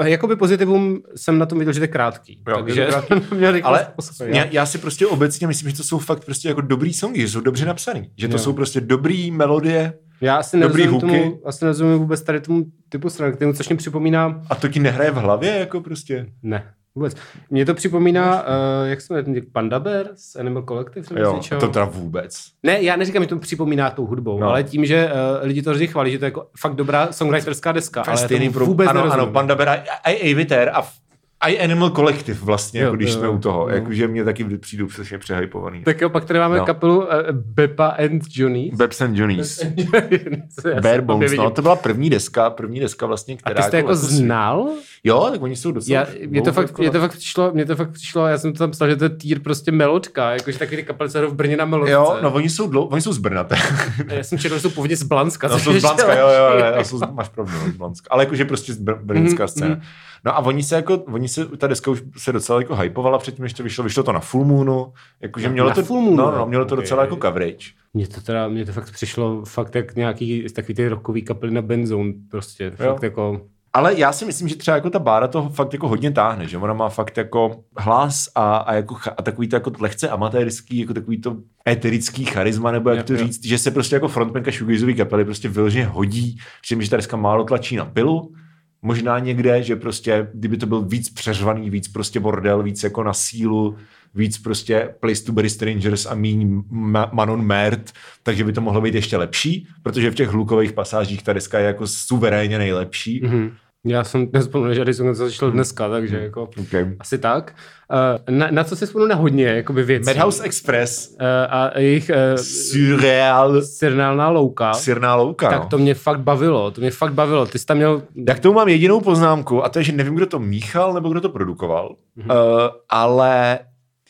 uh, jakoby pozitivum jsem na tom viděl, že to je krátký.
Jo,
takže
je to
měl rychlost
Ale
poslouchat.
já, já si prostě obecně myslím, že to jsou fakt prostě jako dobrý songy, že jsou dobře napsaný, že to
Jo.
jsou prostě dobrý melodie
já asi
dobrý
nerozumím, tomu,
hooky.
asi nerozumím vůbec tady tomu typu stran, kterému, což mi připomíná,
a to ti nehraje v hlavě jako prostě.
ne, vůbec. Mně to připomíná, uh, jak se jmenuje, ten Panda Bear z Animal Collective? nebo z
Jo,
něčeho?
to teda vůbec.
Ne, já neříkám, že to připomíná tou hudbou, no.
No.
ale tím, že uh, lidi to hrozně chválí, že to je jako fakt dobrá songwriterská deska, ale já
Stejný
tomu
pro-
vůbec
ano,
nerozumím.
ano, Panda Bear a- a i Aviter a f- a i Animal Collective vlastně,
Jo,
jako když
jo,
jsme u toho,
jo.
jakože mě taky přijdou přesně přehypovaný.
Tak jo, pak tady máme no.
No.
kapelu uh, Bepa and Johnny.
Babs and Johnny's.
Be-
Bare Bones, no, to byla první deska, první deska vlastně,
A ty
která...
jste jako
letos-
znal?
Jo, tak oni jsou jako- docela...
Já, mě, to fakt, mě to fakt přišlo, mě to fakt přišlo, já jsem to tam psal, že to je týr prostě melodka, jakože takový ty kapelce hrajou v Brně na melodce.
Jo, no oni jsou, dlou, oni jsou z Brna, teda.
A já jsem četl, že jsou původně z Blanska.
No,
což
jsou z
ještě
Blanska,
lepší.
jo, jo, jo, jo jsou, z- máš pravdu, no, z Blanska. Ale jakože prostě z br- brněnská
Mhm,
scéna.
mhm.
No a oni se jako, oni se, ta deska už se docela jako hypovala předtím, než to vyšlo. Vyšlo to na Full Moonu, jakože
Na-
mělo
na
to,
Full Moonu,
no, no, mělo to
ok.
docela jako coverage.
Mně to teda, mně to fakt přišlo fakt jak nějaký takový ty rockový kapely na Benzone, prostě,
Jo.
fakt jako...
Ale já si myslím, že třeba jako ta Bára to fakt jako hodně táhne, že ona má fakt jako hlas a, a, jako, cha- a takový to jako lehce amatérský, jako takový to eterický charisma, nebo jak
Jo,
to
jo.
říct, že se prostě jako frontmanka shoegazeový kapely prostě vyloženě hodí, že že ta deska málo tlačí na pilu, možná někde, že prostě, kdyby to byl víc přeřvaný, víc prostě bordel, víc jako na sílu, víc prostě Place to Bury Strangers a míň Ma- Manon Mert, takže by to mohlo být ještě lepší, protože v těch hlukových pasážích ta deska je jako suverénně nejlepší.
Mhm. Já jsem nespomněl, že jsem to začal dneska,
Mhm.
takže jako...
Okay.
Asi tak. Eh, Na, na co si vzpomínám na hodně jakoby věcí.
Madhouse Express,
Eh, a jejich uh,
Surreal,
Sirnálná louka,
Sirná louka.
tak
no.
to mě fakt bavilo, to mě fakt bavilo. Ty jsi tam měl...
Já k tomu mám jedinou poznámku a to je, že nevím, kdo to míchal nebo kdo to produkoval,
Mhm.
mm-hmm. uh, ale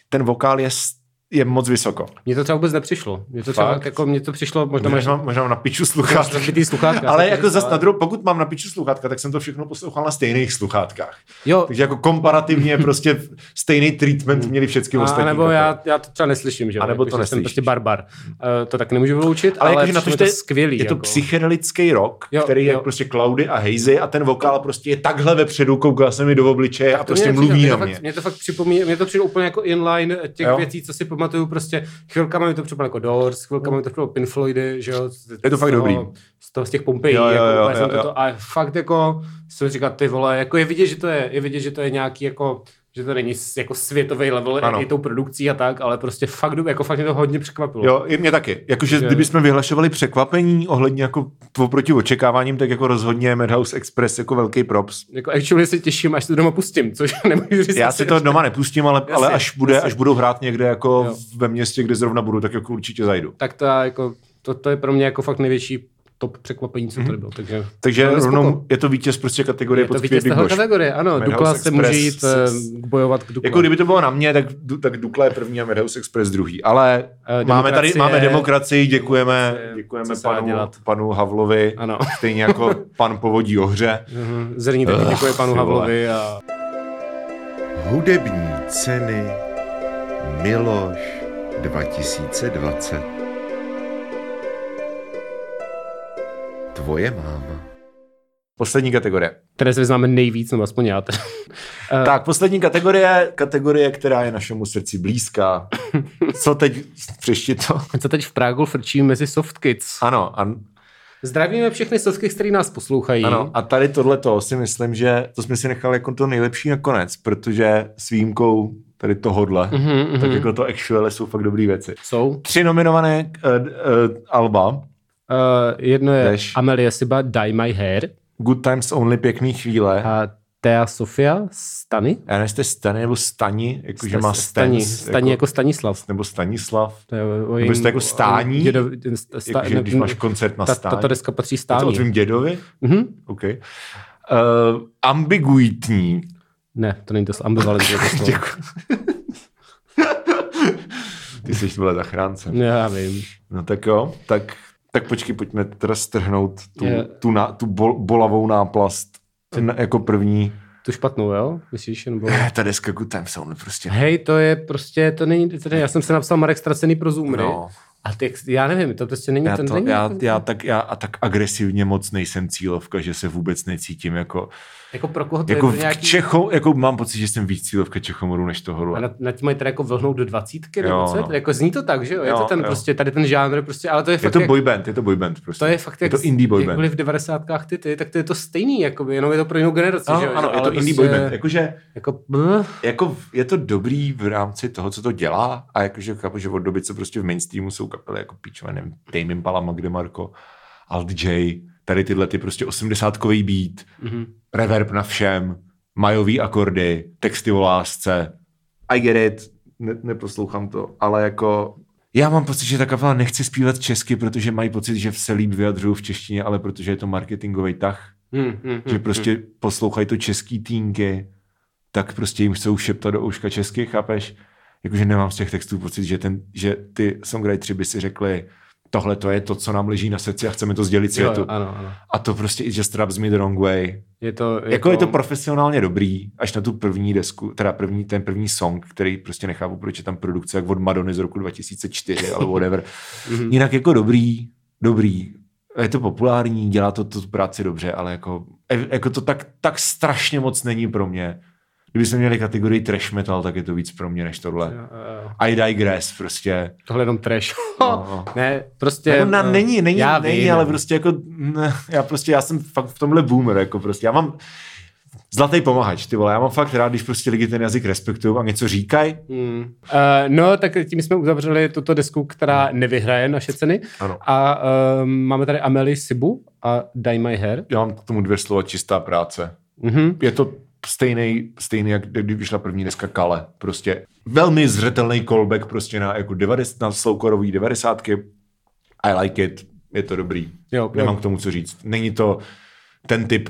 ten vokál je, s- je moc vysoko.
Mně to třeba vůbec nepřišlo. Mně to třeba
Fakt?
jako, mně to přišlo, možná máš
Možná, možná mám na piču sluchátka.
rozbitý sluchátka.
Ale
já jsem
jako
to
zase na druhou, pokud mám na piču sluchátka, tak jsem to všechno poslouchal na stejných sluchátkách.
Jo,
Takže jako komparativně prostě stejný treatment měli všechny
a,
ostatní.
a nebo
kapely.
já, já to třeba neslyším, že? jo,
A nebo
jako,
to
že jsem
neslyšíš.
prostě barbar. Uh, to tak nemůžu vyloučit, ale,
ale,
ale
jakože na to, že
to je skvělý.
Je to
jako.
psychedelický rock,
Jo,
jo, který je
jo.
prostě cloudy a hazy a ten vokál prostě je takhle vepředu, kouká se mi do obličeje a
To mě
prostě mluví
přijde,
na
to
mě.
Fakt, mě to fakt připomíná, mě to přijde úplně jako inline těch jo.
Jo.
věcí, co si pamatuju, prostě chvilkama mi to připadalo jako Doors, chvilkama mi to připadalo Pin Floydy, že jo. z-
Je to
z
fakt
toho-
dobrý.
Z, toho, z těch Pompejí,
Jo, jo,
jako,
jo,
úplně
jo,
jsem
jo.
To, a fakt jako jsem říkal, ty vole, jako je vidět, že to je, je vidět, že to je nějaký jako že to není s- jako světový level
Ano.
i tou produkcí a tak, ale prostě fakt, dob- jako fakt mě to hodně překvapilo.
Jo, i mě taky. Jakože
Že-
kdybychom vyhlašovali překvapení ohledně jako oproti očekáváním, tak jako rozhodně Madhouse Express jako velký props.
Jako actually se těším, až to doma pustím, což nemůžu říct.
Já si to doma nepustím, ale, ale
Jasně,
až, bude,
jasně.
až budou hrát někde jako
Jo.
ve městě, kde zrovna budu, tak jako určitě zajdu.
Tak to, já jako, to, to je pro mě jako fakt největší top překvapení, co
Mhm.
tady bylo. Takže
Takže
Velmi
rovnou
No, spoko.
je to vítěz prostě kategorie
je to
pod
vítěz
Big
téhle
Bosch.
kategorie, ano.
Madhouse
Dukla se
Express
může jít eh,
s-
bojovat k Dukle.
Jako kdyby to bylo na mě, tak, du- tak Dukla je první a Madhouse Express druhý. Ale
Eh,
máme tady
demokracie-
máme demokracii, děkujeme,
demokracie, co
děkujeme
se dá
panu,
dělat.
panu Havlovi,
Ano.
stejně jako pan povodí ohře.
Mhm, Zrní taky děkuje panu
Ah, ty vole.
Havlovi a
Hudební ceny Miloš 2020 Tvoje máma.
Poslední kategorie.
které se vyznáme nejvíc, nebo aspoň já. teda. Eh.
Tak, poslední kategorie, kategorie, která je našemu srdci blízká. Co teď přešti to?
Co teď v Prágu frčí mezi softkids?
Ano, a,
Zdravíme všechny softkids, který nás poslouchají.
ano, a tady tohleto si myslím, že to jsme si nechali jako to nejlepší nakonec, protože s výjimkou tady tohodle,
Mhm, mhm.
tak jako to actually jsou fakt dobrý věci.
Jsou.
Tři nominované uh, uh, alba,
Eh, jedno je
Jdeš.
Amelie Siba, Die My Hair.
Good Times Only, Pěkný chvíle,
A Thea Sofia Stany?
já nevím, jestli Stany nebo Stani, jakože má
Stani,
Stans,
Stani jako, jako Stanislav.
nebo Stanislav,
To je o- o
jste jako stání?
o dědo- sta-
jakože
ne-
když máš koncert na
ta,
stání.
tato deska patří
Je to o
stání.
tvým dědovi?
Mhm.
OK. Uh, ambiguitní.
Ne, to není to ambivalentní. to slovo.
Děkuji. Ty jsi vole zachránce.
Ne, Já vím.
No tak jo, tak, tak počkej, pojďme teda strhnout tu,
Je.
tu, na, tu bol, bolavou náplast na, jako první.
Tu špatnou, jo? Myslíš? Nebo...
Eh, Ta deska Good Time Sound prostě.
Hej, to je prostě, to není, to není, já jsem se napsal Marek Stracený pro Zoomry.
No.
No. A ty, já nevím, to prostě není,
Já,
to,
to,
není
já,
jako,
já, tak, já a tak agresivně moc nejsem cílovka, že se vůbec necítím jako,
jako pro koho to
jako
je
v
pro nějaký...
Čecho, jako mám pocit, že jsem víc cílovka Čechomoru než toho
A
Rula.
na, na tím mají teda jako vlhnout do dvacítky, nebo
Jo,
co? je
no.
to? Jako zní to tak, že jo? Je
Jo,
to ten
jo.
prostě, tady ten žánr prostě, ale to je,
Je
fakt
to
jak,
boyband, je to boyband prostě.
to je fakt
je
jak,
to indie boyband.
jak v devadesátkách ty, ty, tak to je to stejný, jakoby, jenom je to pro jinou generaci, že jo?
Ano, ano, je
Ale
to indie
prostě-
boyband. Jakože
Jako, bl,
jako v- je to dobrý v rámci toho, co to dělá a jakože chápu, že od doby, co prostě v mainstreamu jsou kapely jako píčové, nevím, Tame Impala, Magde Marko, Alt J, tady tyhle ty prostě osmdesátkový beat, mm-hmm.
Mhm.
reverb na všem, majový akordy, texty o lásce. I get it, ne- neposlouchám to, ale jako já mám pocit, že ta kapela nechce zpívat česky, protože mají pocit, že se líp vyjadřují v češtině, ale protože je to marketingový tah,
hm, hm,
že
hm.
prostě poslouchají to český týnky, tak prostě jim chcou šeptat do ouška česky, chápeš? Jakože nemám z těch textů pocit, že, ten, že ty songwriteri by si řekli, tohle to je to, co nám leží na srdci a chceme to sdělit
jo,
světu.
mhm. jo, ano, ano.
a to prostě it just rubs me the wrong way.
Je to,
Jako, jako je to profesionálně dobrý, až na tu první desku, teda první, ten první song, který prostě nechápu, proč je tam produkce jak od Madony z roku 2004, ale whatever.
Mhm.
Jinak jako dobrý, dobrý. Je to populární, dělá to tu práci dobře, ale jako, e- jako to tak, tak strašně moc není pro mě. Kdyby jsme měli kategorii trash metal, tak je to víc pro mě než tohle.
Jo, jo, jo.
I digress prostě.
Tohle je jenom trash.
No.
ne, prostě...
Jako na, není, není,
já
není,
vím. no.
ale prostě jako, ne, já prostě, já jsem fakt v tomhle boomer, jako prostě, já mám zlatý pomahač, ty vole, já mám fakt rád, když prostě lidi ten jazyk respektují a něco říkají.
Mm. Uh, no, tak tím jsme uzavřeli tuto desku, která nevyhraje naše ceny.
Ano.
A uh, máme tady Amelie Sibu a Die My Hair.
Já mám k tomu dvě slova čistá práce.
Mhm.
Je to stejný, stejný jak když vyšla první deska Kale. Prostě velmi zřetelný callback prostě na jako 90, na sloukorový 90. I like it, je to dobrý.
Jo,
Nemám
jo.
k tomu co říct. Není to ten typ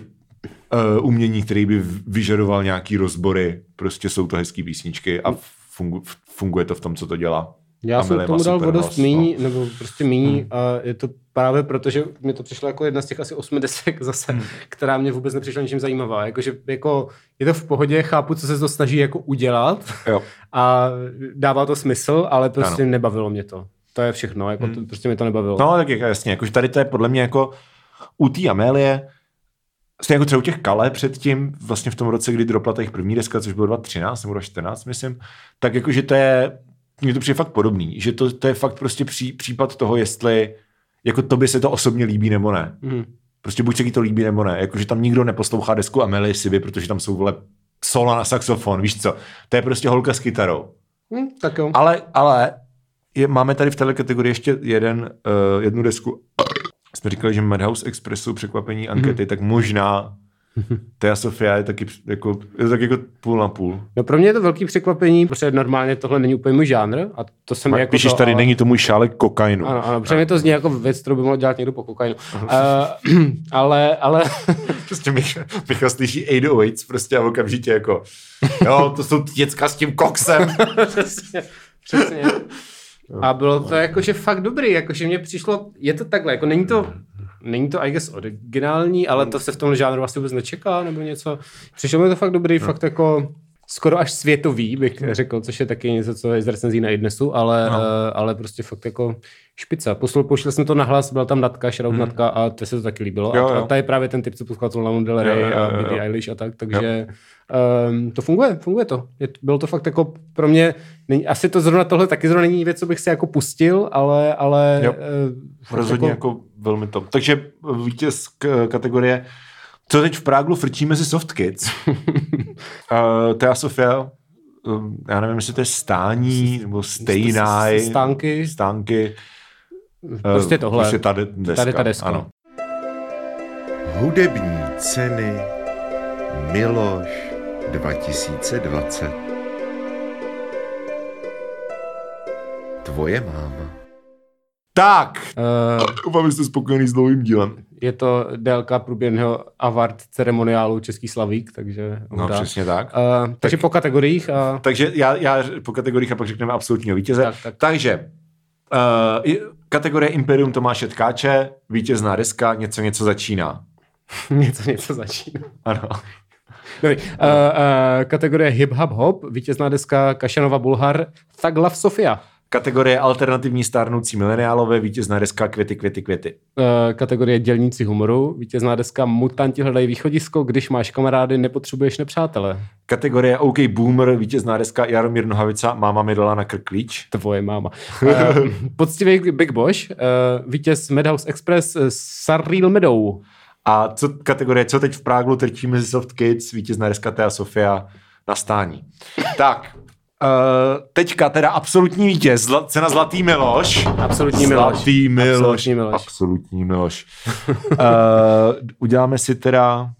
uh, umění, který by v- vyžadoval nějaký rozbory. Prostě jsou to hezký písničky a fungu, funguje to v tom, co to dělá.
Já
A
jsem
Miley
k
má
tomu
no.
dal
super
vodost
hlas,
míní, nebo prostě míní
Hmm.
a je to právě proto, že mi to přišlo jako jedna z těch asi osmi desek zase,
Hmm.
která mě vůbec nepřišla ničím zajímavá. Jakože jako je to v pohodě, chápu, co se to snaží jako udělat
No. Jo.
a dává to smysl, ale prostě
Ano.
nebavilo mě to. To je všechno, jako to, prostě mi to nebavilo.
No, tak jako, jasně, jakože tady to je podle mě jako u té Amélie, stejně jako třeba u těch Kale předtím, vlastně v tom roce, kdy dropla ta jejich první deska, což bylo 2013 nebo 2014, myslím, tak jakože to je, mně to přijde fakt podobný, že to, to je fakt prostě pří, případ toho, jestli jako tobě se to osobně líbí nebo ne.
Mhm.
Prostě buď se ti to líbí nebo ne. Jakože tam nikdo neposlouchá desku Amelie Siby, protože tam jsou vole sola na saxofon, víš co. To je prostě holka s kytarou.
Hm, tak jo.
Ale, ale je, máme tady v této kategorii ještě jeden, uh, jednu desku. Jsme říkali, že Madhouse Expressu překvapení
Mhm.
ankety, tak možná Thea Sofia je taky jako, je to tak jako půl na půl.
No pro mě je to velký překvapení, protože normálně tohle není úplně můj žánr a to jsem jako
Píšeš
to,
tady,
ale...
není No. to můj šálek kokainu.
Ano, ano, protože mi to zní jako věc, kterou by mohl dělat někdo po kokainu. Uh, ale, ale,
Prostě Michal, Michal slyší 808 prostě a okamžitě jako, jo, to jsou děcka s tím koksem.
přesně, přesně. A bylo to jakože fakt dobrý, jakože mě přišlo, je to takhle, jako není to, není to, I guess, originální, ale to se v tom žánru asi vůbec nečeká, nebo něco. Přišlo mi to fakt dobrý,
No.
fakt jako skoro až světový, bych řekl, což je taky něco, co je z recenzí na Idnesu, ale, no. ale prostě fakt jako špica. Poslal, pošel jsem to na hlas, byla tam Natka, Shroud hmm. Natka a to se to taky líbilo.
Jo,
a,
jo.
a ta je právě ten typ, co poslouchal Lana Del
Jo,
Rey
jo,
a
jo, jo.
Billie Eilish a tak, takže um, to funguje, funguje to. Je, bylo to fakt jako pro mě, není, asi to zrovna tohle taky zrovna není věc, co bych si jako pustil, ale, ale
Jo.
eh, fakt
Rozhodně jako, velmi to. Takže vítěz k, kategorie Co teď v Práglu frčí mezi soft kids? uh, Thea Sofia, um, já nevím, jestli to je stání, nebo stejnáj.
s- s- stánky.
Stánky.
prostě
eh,
tohle.
Prostě ta de- deska.
Tady ta deska.
Ano.
Hudební ceny Miloš 2020. Tvoje máma.
Tak,
Eh,
doufám, že jste spokojený s dlouhým dílem.
je to délka průběžného avard ceremoniálu Český Slavík, takže
No,
hurá.
přesně tak.
Eh, takže po kategoriích a
Takže já, já po kategoriích a pak řekneme absolutního vítěze.
Tak, tak.
Takže uh, i- kategorie Imperium Tomáše Tkáče, vítězná deska, něco něco začíná.
něco, něco začíná.
Ano.
Dobrý. Uh, uh, kategorie Hip Hop Hop, vítězná deska Kašanova Bulhar, Thug Love Sofia.
Kategorie alternativní stárnoucí mileniálové, vítězná deska květy, květy, květy.
Uh, kategorie Dělníci humoru, vítězná deska Mutanti hledají východisko, když máš kamarády, nepotřebuješ nepřátele.
Kategorie OK Boomer, vítězná deska Jaromír Nohavica, máma mi dala na krklíč.
Tvoje máma. Uh, poctivý Big Bosch, uh, vítěz Madhouse Express uh, Saril Medou.
A co, kategorie, co teď v Práglu trčíme ze Soft Kids, vítězná deska Thea Sofia na stání. Tak, Uh, teďka teda absolutní vítěz, zla, cena Zlatý Miloš.
Absolutní Miloš.
Zlatý Miloš.
Absolutní Miloš.
Absolutní Miloš. uh, uděláme si teda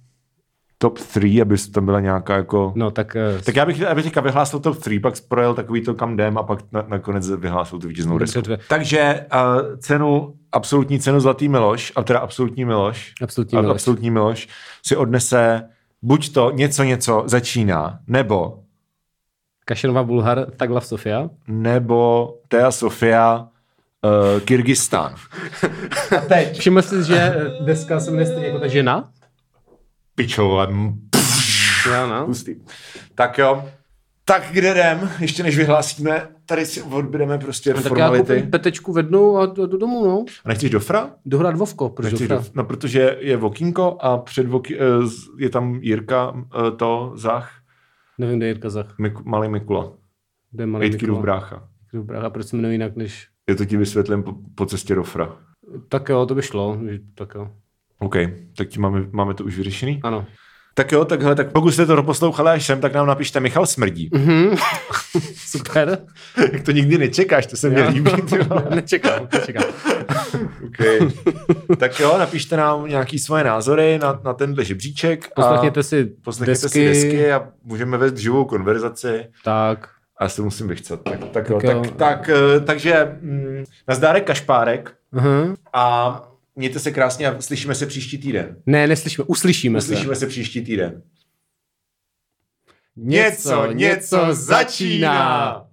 top 3, aby tam byla nějaká jako...
No tak, uh,
Tak já bych, já bych teďka vyhlásil top 3, pak projel takový to, kam jdem a pak na, nakonec vyhlásil tu vítěznou
Dobře,
desku.
dobře.
Takže uh, cenu, absolutní cenu Zlatý Miloš, a teda absolutní Miloš,
Absolutní
a-
Miloš.
absolutní Miloš si odnese buď to něco něco začíná, nebo
Kašanova Bulhar, Thug Love Sofia.
nebo Thea Sofia uh, Kyrgyzstán.
Všiml jsi, že eh, deska se jmenuje stejně jako ta žena?
Pičová.
Já, no.
Hustý. mm, Tak jo. Tak kde jdem, ještě než vyhlásíme, tady si odbydeme prostě
No, Tak já
formality.
koupím jako petečku vednu a do, do domu, no.
A nechceš dofra?
Dohrát Vovko, proč
Nechceš
Dofra?
dof- no, protože je Vokínko a před Voky, eh, z- je tam Jirka, eh, to, Zach,
Nevím, kde je Jirka Zach.
Mik- Malý Mikula.
Kde je malý
Vejtky
Mikula?
brácha.
Dobrá, a proč se jmenuje jinak než...
Je to ti vysvětlím po, po cestě do Fra.
Tak jo, to by šlo. že- Tak jo.
OK, tak ti máme, máme to už vyřešený.
Ano.
Tak jo, takhle, tak pokud jste to doposlouchali až sem, tak nám napište Michal Smrdí.
Mhm. Super.
Jak to nikdy nečekáš, to se mě líbí. ty vole.
No, nečekám, nečekám.
tak jo, napište nám nějaký svoje názory na, na tenhle žebříček.
Poslechněte
a
si
poslechněte
desky.
si desky a můžeme vést živou konverzaci.
Tak.
A já se musím vychcat. Tak, tak, jo,
Tak jo.
tak, tak, eh, takže mm, nazdárek Kašpárek
Aha.
a mějte se krásně a slyšíme se příští týden.
Ne, neslyšíme, uslyšíme se.
Slyšíme se příští týden.
Něco, něco začíná.